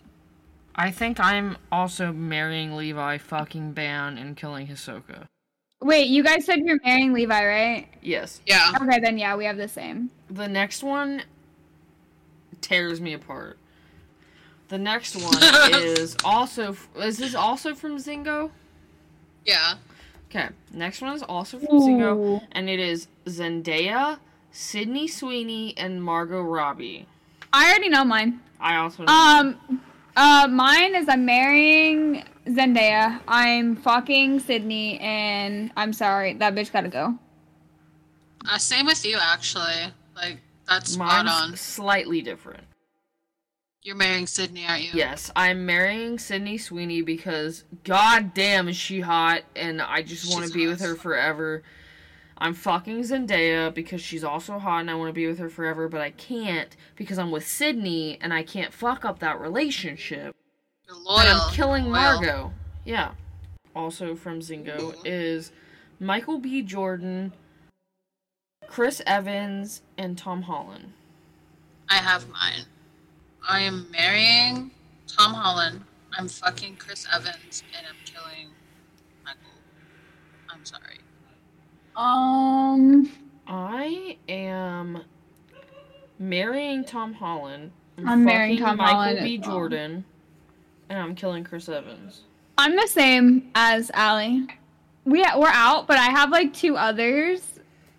Speaker 1: I think I'm also marrying Levi, fucking Ban, and killing Hisoka.
Speaker 2: Wait, you guys said you're marrying Levi, right?
Speaker 1: Yes.
Speaker 3: Yeah.
Speaker 2: Okay, then yeah, we have the same.
Speaker 1: The next one tears me apart. The next
Speaker 3: <laughs>
Speaker 1: one is also is this also from Zingo?
Speaker 3: Yeah.
Speaker 1: Okay. Next one is also from Zingo, and it is Zendaya, Sydney Sweeney, and Margot Robbie.
Speaker 2: I already know mine.
Speaker 1: I also
Speaker 3: Ah,
Speaker 1: know.
Speaker 2: Um, uh, mine is I'm marrying Zendaya. I'm fucking Sydney, and I'm sorry that bitch gotta go.
Speaker 3: Uh, same with you, actually. Like that's spot
Speaker 1: mine's
Speaker 3: on.
Speaker 1: slightly different.
Speaker 3: You're marrying Sydney, aren't you?
Speaker 1: Yes, I'm marrying Sydney Sweeney because goddamn is she hot and I just want
Speaker 3: She's
Speaker 1: to be
Speaker 3: hot
Speaker 1: with
Speaker 3: as
Speaker 1: her
Speaker 3: fuck.
Speaker 1: forever. I'm fucking Zendaya because she's also hot and I want to be with her forever, but I can't because I'm with Sydney and I can't fuck up that relationship.
Speaker 3: You're
Speaker 1: And
Speaker 3: loyal.
Speaker 1: I'm killing
Speaker 3: Loyal.
Speaker 1: Margot. Yeah. Also from Zingo
Speaker 3: Mhm.
Speaker 1: is Michael B. Jordan, Chris Evans, and Tom Holland.
Speaker 3: I have mine. I am marrying Tom Holland. I'm fucking Chris Evans, and I'm killing Michael. I'm sorry.
Speaker 2: Um,
Speaker 1: I am marrying Tom Holland.
Speaker 2: I'm marrying
Speaker 1: fucking
Speaker 2: Tom
Speaker 1: Michael
Speaker 2: Holland
Speaker 1: B.
Speaker 2: as well.
Speaker 1: Jordan, and I'm killing Chris Evans.
Speaker 2: I'm the same as Allie. We we're out, but I have like two others.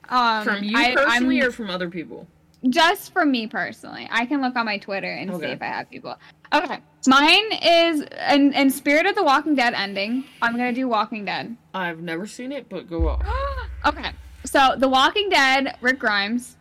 Speaker 2: Um,
Speaker 1: from you
Speaker 2: I,
Speaker 1: personally
Speaker 2: I'm,
Speaker 1: or from other people?
Speaker 2: just from me personally. I can look on my Twitter and
Speaker 1: Okay.
Speaker 2: see if I have people. Okay, mine is and and Spirit of the Walking Dead ending. I'm gonna do Walking Dead.
Speaker 1: I've never seen it, but go off.
Speaker 2: <gasps> okay. So The Walking Dead, Rick Grimes,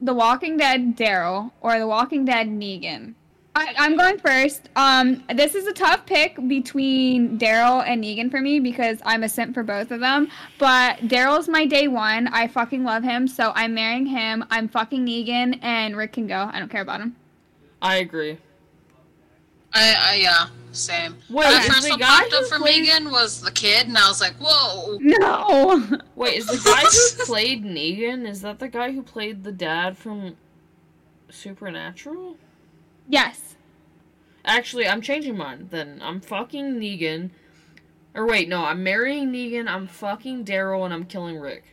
Speaker 2: The Walking Dead, Daryl, or The Walking Dead, Negan. I, I'm going first. Um, this is a tough pick between Daryl and Negan for me because I'm a simp for both of them. But Daryl's my day one. I fucking love him, so I'm marrying him. I'm fucking Negan, and Rick can go. I don't care about him.
Speaker 1: I agree.
Speaker 3: I, I yeah, same.
Speaker 1: Wait,
Speaker 3: the
Speaker 1: is
Speaker 3: first
Speaker 1: the
Speaker 3: one
Speaker 1: guy
Speaker 3: popped up
Speaker 1: who
Speaker 3: for
Speaker 1: plays-
Speaker 3: Megan was the kid, and I was like, whoa.
Speaker 2: No.
Speaker 1: Wait, is the guy who played Negan is that the guy who played the dad from Supernatural?
Speaker 2: <laughs> yes.
Speaker 1: Actually, I'm changing mine. Then I'm fucking Negan. Or wait, no, I'm marrying Negan. I'm fucking Daryl, and I'm killing Rick.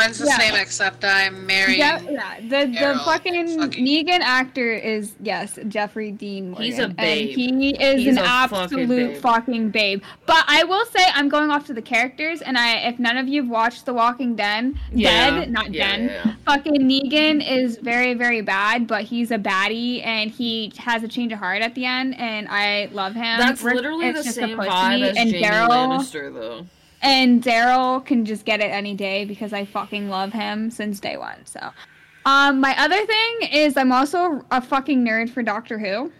Speaker 3: Mine's the
Speaker 2: Yeah.
Speaker 3: same, except I'm marrying.
Speaker 2: Yeah, yeah. The the
Speaker 3: Daryl,
Speaker 2: fucking
Speaker 3: fucking-
Speaker 2: Negan actor is yes, Jeffrey Dean Morgan.
Speaker 1: He's a babe.
Speaker 2: And he is
Speaker 1: He's
Speaker 2: an
Speaker 1: a fucking
Speaker 2: absolute
Speaker 1: babe.
Speaker 2: fucking babe. But I will say I'm going off to the characters and I if none of you've watched The Walking Dead,
Speaker 1: Yeah,
Speaker 2: Dead, not
Speaker 1: yeah,
Speaker 2: Den.
Speaker 1: yeah, yeah.
Speaker 2: Fucking Negan is very very bad, but he's a baddie and he has a change of heart at the end and I love him.
Speaker 1: That's
Speaker 2: Um, Rick
Speaker 1: literally
Speaker 2: is
Speaker 1: the
Speaker 2: just a
Speaker 1: same
Speaker 2: pussy,
Speaker 1: vibe as
Speaker 2: and
Speaker 1: Jamie
Speaker 2: Daryl
Speaker 1: Lannister, though.
Speaker 2: and Daryl can just get it any day because I fucking love him since day one. So, um, my other thing is I'm also a fucking nerd for Doctor Who.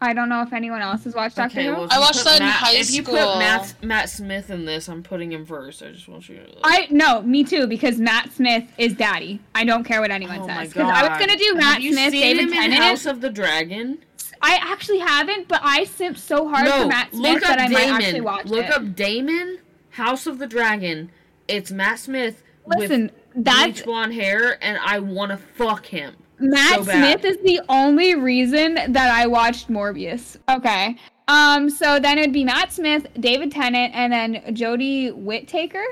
Speaker 2: I don't know if anyone else has watched Doctor
Speaker 1: Okay,
Speaker 2: Who.
Speaker 1: well, if
Speaker 3: I
Speaker 1: you
Speaker 3: watched
Speaker 1: put
Speaker 3: that in
Speaker 1: Matt,
Speaker 3: high
Speaker 1: If you put
Speaker 3: school.
Speaker 1: Matt, Matt Smith in this, I'm putting him first. I just want you to.
Speaker 2: I no, me too, because Matt Smith is daddy. I don't care what anyone
Speaker 1: oh my
Speaker 2: says.
Speaker 1: god!
Speaker 2: Because I was gonna do Matt
Speaker 1: Have you
Speaker 2: Smith,
Speaker 1: seen
Speaker 2: David
Speaker 1: him in
Speaker 2: Tennant.
Speaker 1: House of the Dragon?
Speaker 2: I actually haven't, but I simped so hard
Speaker 1: no,
Speaker 2: for Matt Smith
Speaker 1: look up
Speaker 2: that I might actually
Speaker 1: Damon.
Speaker 2: watch
Speaker 1: Look
Speaker 2: it.
Speaker 1: up Damon, House of the Dragon. It's Matt Smith
Speaker 2: Listen,
Speaker 1: with
Speaker 2: that's
Speaker 1: bleach blonde hair, and I want to fuck him.
Speaker 2: Matt
Speaker 1: so bad.
Speaker 2: Smith is the only reason that I watched Morbius. Okay. Um, so then it'd be Matt Smith, David Tennant, and then Jodie Whittaker.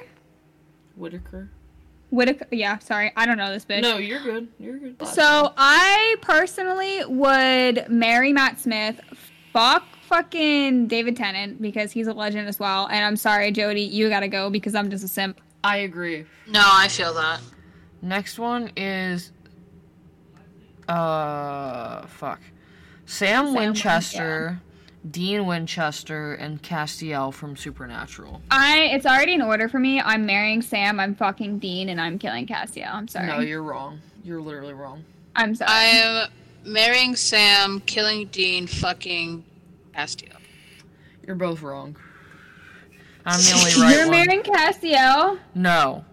Speaker 1: Whitaker.
Speaker 2: Whittaker. Yeah, sorry, I don't know this bitch.
Speaker 1: No, you're good. You're good.
Speaker 2: So I personally would marry Matt Smith. Fuck fucking David Tennant because he's a legend as well. And I'm sorry, Jodie, you gotta go because I'm just a simp.
Speaker 1: I agree.
Speaker 3: No, I feel that.
Speaker 1: Next one is uh fuck. Sam,
Speaker 2: Sam
Speaker 1: Winchester, Dean Winchester, and Castiel from Supernatural.
Speaker 2: I it's already in order for me. I'm marrying Sam. I'm fucking Dean, and I'm killing Cassiel. I'm sorry.
Speaker 1: No, you're wrong. You're literally wrong.
Speaker 2: I'm sorry.
Speaker 3: I'm marrying Sam, killing Dean, fucking Castiel.
Speaker 1: You're both wrong. I'm
Speaker 2: <laughs>
Speaker 1: the only right
Speaker 2: You're
Speaker 1: one.
Speaker 2: marrying Castiel.
Speaker 1: no.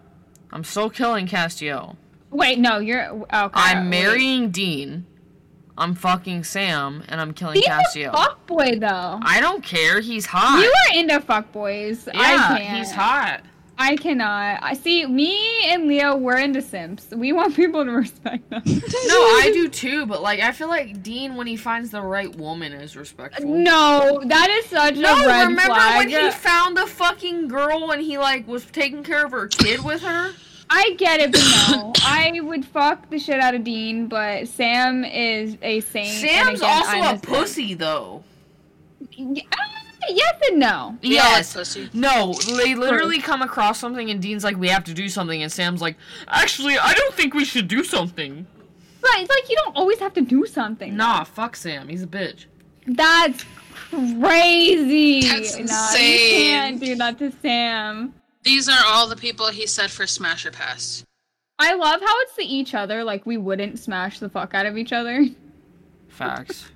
Speaker 1: I'm still killing Castiel.
Speaker 2: Wait, no, you're oh, okay.
Speaker 1: I'm
Speaker 2: wait.
Speaker 1: marrying Dean. I'm fucking Sam and I'm killing
Speaker 2: He's
Speaker 1: Cassio.
Speaker 2: a fuckboy though.
Speaker 1: I don't care. He's hot.
Speaker 2: You are into fuckboys.
Speaker 1: yeah,
Speaker 2: I can't.
Speaker 1: he's hot.
Speaker 2: I cannot. I see. Me and Leo, we're into simps. We want <laughs> people to respect them.
Speaker 1: <laughs> No, I do too, but like I feel like Dean when he finds the right woman is respectful.
Speaker 2: No, that is such
Speaker 1: No,
Speaker 2: a red
Speaker 1: remember
Speaker 2: flag.
Speaker 1: when he found the fucking girl and he like was taking care of her kid with her?
Speaker 2: <laughs> I get it, but
Speaker 1: <coughs>
Speaker 2: no. I would fuck the shit out of Dean, but Sam is a saint. and
Speaker 1: Sam's
Speaker 2: again,
Speaker 1: also
Speaker 2: I'm
Speaker 1: a
Speaker 2: simp.
Speaker 1: pussy though.
Speaker 2: Y- uh, Yes and no.
Speaker 3: We all like pussy.
Speaker 1: No, they literally come across something and Dean's like, we have to do something, and Sam's like, actually, I don't think we should do something.
Speaker 2: But it's like you don't always have to do something.
Speaker 1: Nah, fuck Sam. He's a bitch.
Speaker 2: That's crazy.
Speaker 3: That's
Speaker 2: You
Speaker 3: insane.
Speaker 2: can't do that to Sam.
Speaker 3: These are all the people he said for Smash or Pass.
Speaker 2: I love how it's the each other, like we wouldn't smash the fuck out of each other. <laughs>
Speaker 1: <laughs> Facts.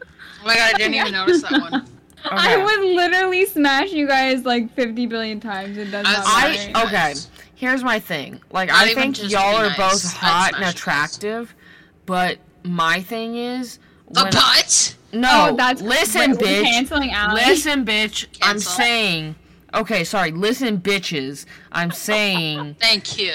Speaker 3: Oh my god, I
Speaker 1: <laughs>
Speaker 3: didn't even notice that one.
Speaker 2: I
Speaker 1: Okay.
Speaker 2: would literally smash you guys like 50 billion times. It does not
Speaker 1: I
Speaker 2: matter.
Speaker 3: Smash
Speaker 1: okay.
Speaker 3: Pass.
Speaker 1: Here's my thing. Like
Speaker 3: Not
Speaker 1: I
Speaker 3: even
Speaker 1: think
Speaker 3: just
Speaker 1: y'all
Speaker 3: be
Speaker 1: are
Speaker 3: nice.
Speaker 1: both
Speaker 3: I'd
Speaker 1: hot and
Speaker 3: smash it.
Speaker 1: attractive, but my thing is
Speaker 3: The
Speaker 1: when I-
Speaker 3: butt?
Speaker 1: no.
Speaker 2: oh, that's
Speaker 1: listen,
Speaker 2: we're
Speaker 1: bitch.
Speaker 2: Canceling out.
Speaker 1: Listen, bitch. I'm
Speaker 3: Cancel.
Speaker 1: saying. Okay, sorry. Listen, bitches. I'm saying. <laughs>
Speaker 3: Thank you.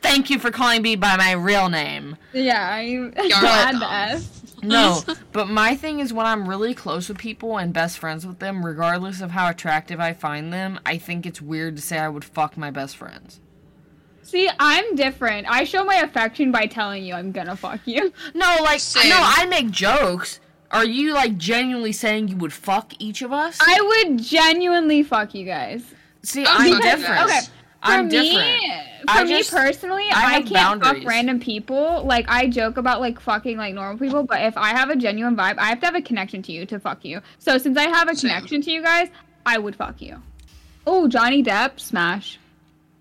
Speaker 1: Thank you for calling me by my real name.
Speaker 2: <laughs> Yeah, <laughs> I
Speaker 3: welcome.
Speaker 2: add the S.
Speaker 3: <laughs>
Speaker 1: No, but my thing is when I'm really close with people and best friends with them, regardless of how attractive I find them, I think it's weird to say I would fuck my best friends.
Speaker 2: See, I'm different. I show my affection by telling you I'm gonna fuck you. <laughs>
Speaker 1: No, like
Speaker 3: Same.
Speaker 1: no, I make jokes. Are you like genuinely saying you would fuck each of us?
Speaker 2: I would genuinely fuck you guys.
Speaker 1: See,
Speaker 3: I'm
Speaker 1: I'm
Speaker 3: not doing
Speaker 1: different.
Speaker 3: that.
Speaker 2: Okay. For
Speaker 1: I'm
Speaker 2: me,
Speaker 1: different.
Speaker 2: For
Speaker 1: I
Speaker 2: me
Speaker 1: just-
Speaker 2: personally,
Speaker 1: I
Speaker 2: I,
Speaker 1: have
Speaker 2: can't
Speaker 1: boundaries.
Speaker 2: fuck random people. Like I joke about like fucking like normal people, but if I have a genuine vibe, I have to have a connection to you to fuck you. So since I have a
Speaker 3: Same.
Speaker 2: connection to you guys, I would fuck you. Oh, Johnny Depp, smash,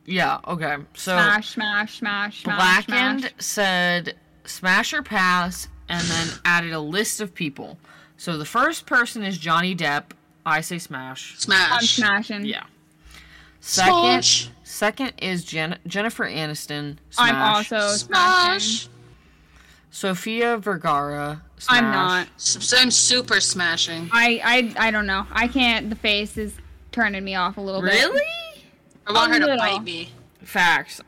Speaker 1: Yeah, okay. So
Speaker 2: smash, smash, smash, smash,
Speaker 1: Oh. Blackened
Speaker 2: smash.
Speaker 1: said smash or pass and then added a list of people. So the first person is Johnny Depp. I say smash.
Speaker 2: I'm
Speaker 3: Smash.
Speaker 2: smashing.
Speaker 1: Yeah. Second
Speaker 3: Smash.
Speaker 1: second is Jen- Jennifer Aniston. Smash.
Speaker 2: I'm also smashing.
Speaker 3: Smash.
Speaker 1: Sophia Vergara. Smash.
Speaker 2: I'm not.
Speaker 3: S- I'm super smashing.
Speaker 2: I, I I don't know. I can't. The face is turning me off a little bit.
Speaker 1: Really?
Speaker 3: I want
Speaker 2: A
Speaker 3: her to
Speaker 2: little.
Speaker 3: bite me.
Speaker 1: Facts.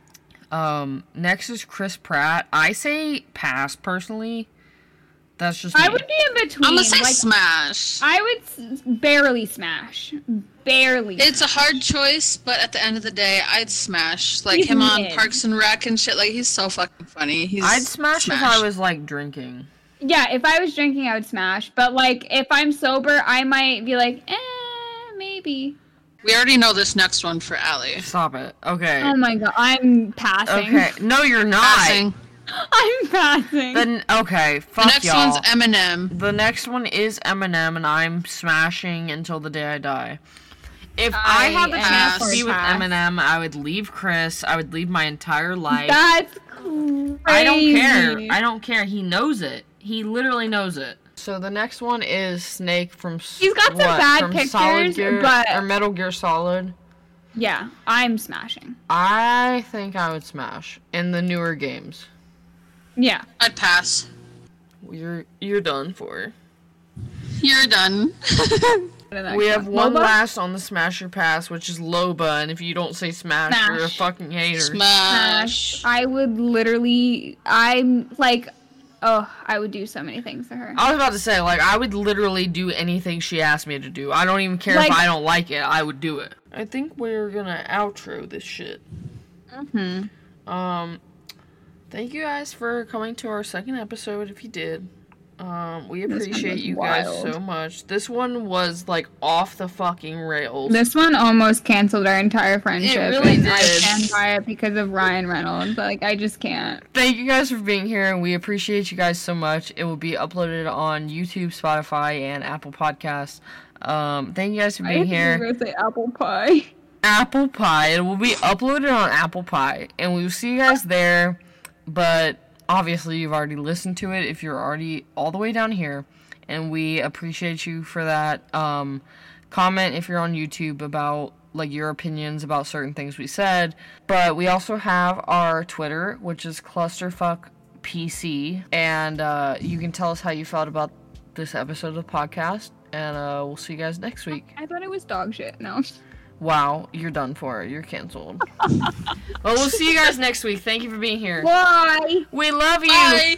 Speaker 1: Um, next is Chris Pratt. I say pass personally. That's just
Speaker 2: I
Speaker 1: me.
Speaker 2: would be in between.
Speaker 3: I'm gonna say
Speaker 2: like,
Speaker 3: smash.
Speaker 2: I would s- barely smash. Barely.
Speaker 3: It's a hard choice, but at the end of the day, I'd smash like
Speaker 2: He's
Speaker 3: him on
Speaker 2: mid.
Speaker 3: Parks and Rec and shit. Like he's so fucking funny. He's
Speaker 1: I'd smash, if I was like drinking.
Speaker 2: yeah, if I was drinking, I would smash. But like, if I'm sober, I might be like, eh, maybe.
Speaker 3: We already know this next one for Allie.
Speaker 1: Stop it. Okay.
Speaker 2: Oh my god, I'm passing.
Speaker 1: okay. No, you're not.
Speaker 3: Um, Passing.
Speaker 2: <laughs> I'm passing.
Speaker 1: Then okay. Fuck
Speaker 3: The next
Speaker 1: y'all.
Speaker 3: one's Eminem.
Speaker 1: The next one is Eminem, and I'm smashing until the day I die. If I,
Speaker 2: I
Speaker 1: had the
Speaker 2: am
Speaker 1: chance to be with
Speaker 2: pass.
Speaker 1: Eminem, I would leave Chris. I would leave my entire life.
Speaker 2: That's crazy.
Speaker 1: I don't care. I don't care. He knows it. He literally knows it. So the next one is Snake from. S-
Speaker 2: He's got some
Speaker 1: what,
Speaker 2: bad
Speaker 1: from Solid
Speaker 2: pictures,
Speaker 1: Gear,
Speaker 2: but-
Speaker 1: or Metal Gear Solid.
Speaker 2: yeah, I'm smashing.
Speaker 1: I think I would smash in the newer games.
Speaker 2: Yeah.
Speaker 3: I'd pass.
Speaker 1: You're you're done for.
Speaker 3: You're done.
Speaker 1: We have one
Speaker 2: Loba?
Speaker 1: last on the Smasher Pass, which is Loba, and if you don't say Smash, you're a
Speaker 2: Smash.
Speaker 1: fucking hater.
Speaker 3: Smash.
Speaker 2: Smash. I would literally. I'm like, oh, I would do so many things to her.
Speaker 1: I was about to say, like, I would literally do anything she asked me to do. I don't even care
Speaker 2: Like-
Speaker 1: if I don't like it. I would do it. I think we're gonna outro this shit.
Speaker 2: Mm-hmm.
Speaker 1: Um, thank you guys for coming to our second episode. If you did, um, we
Speaker 2: one
Speaker 1: appreciate
Speaker 2: was
Speaker 1: you guys
Speaker 2: wild.
Speaker 1: so much. This one was like off the fucking rails.
Speaker 2: This one almost canceled our entire friendship.
Speaker 1: really
Speaker 2: and I
Speaker 1: did.
Speaker 2: stand by it because of Ryan Reynolds. Like I just can't.
Speaker 1: Thank you guys for being here, and we appreciate you guys so much. It will be uploaded on YouTube, Spotify, and Apple Podcasts. Um, thank you guys for being
Speaker 2: I
Speaker 1: here.
Speaker 2: think we say apple pie.
Speaker 1: Apple Pie. It will be uploaded on Apple Pie, and we will see you guys there. But obviously, you've already listened to it if you're already all the way down here, and we appreciate you for that. Um, comment if you're on YouTube about like your opinions about certain things we said. But we also have our Twitter, which is clusterfuck PC. And uh, you can tell us how you felt about this episode of the podcast. And uh, we'll see you guys next week.
Speaker 2: I thought it was dog shit. No.
Speaker 1: Wow, you're done for. You're <laughs> canceled. well, we'll see you guys next week. Thank you for being here.
Speaker 2: Why?
Speaker 1: We love you.
Speaker 3: Bye.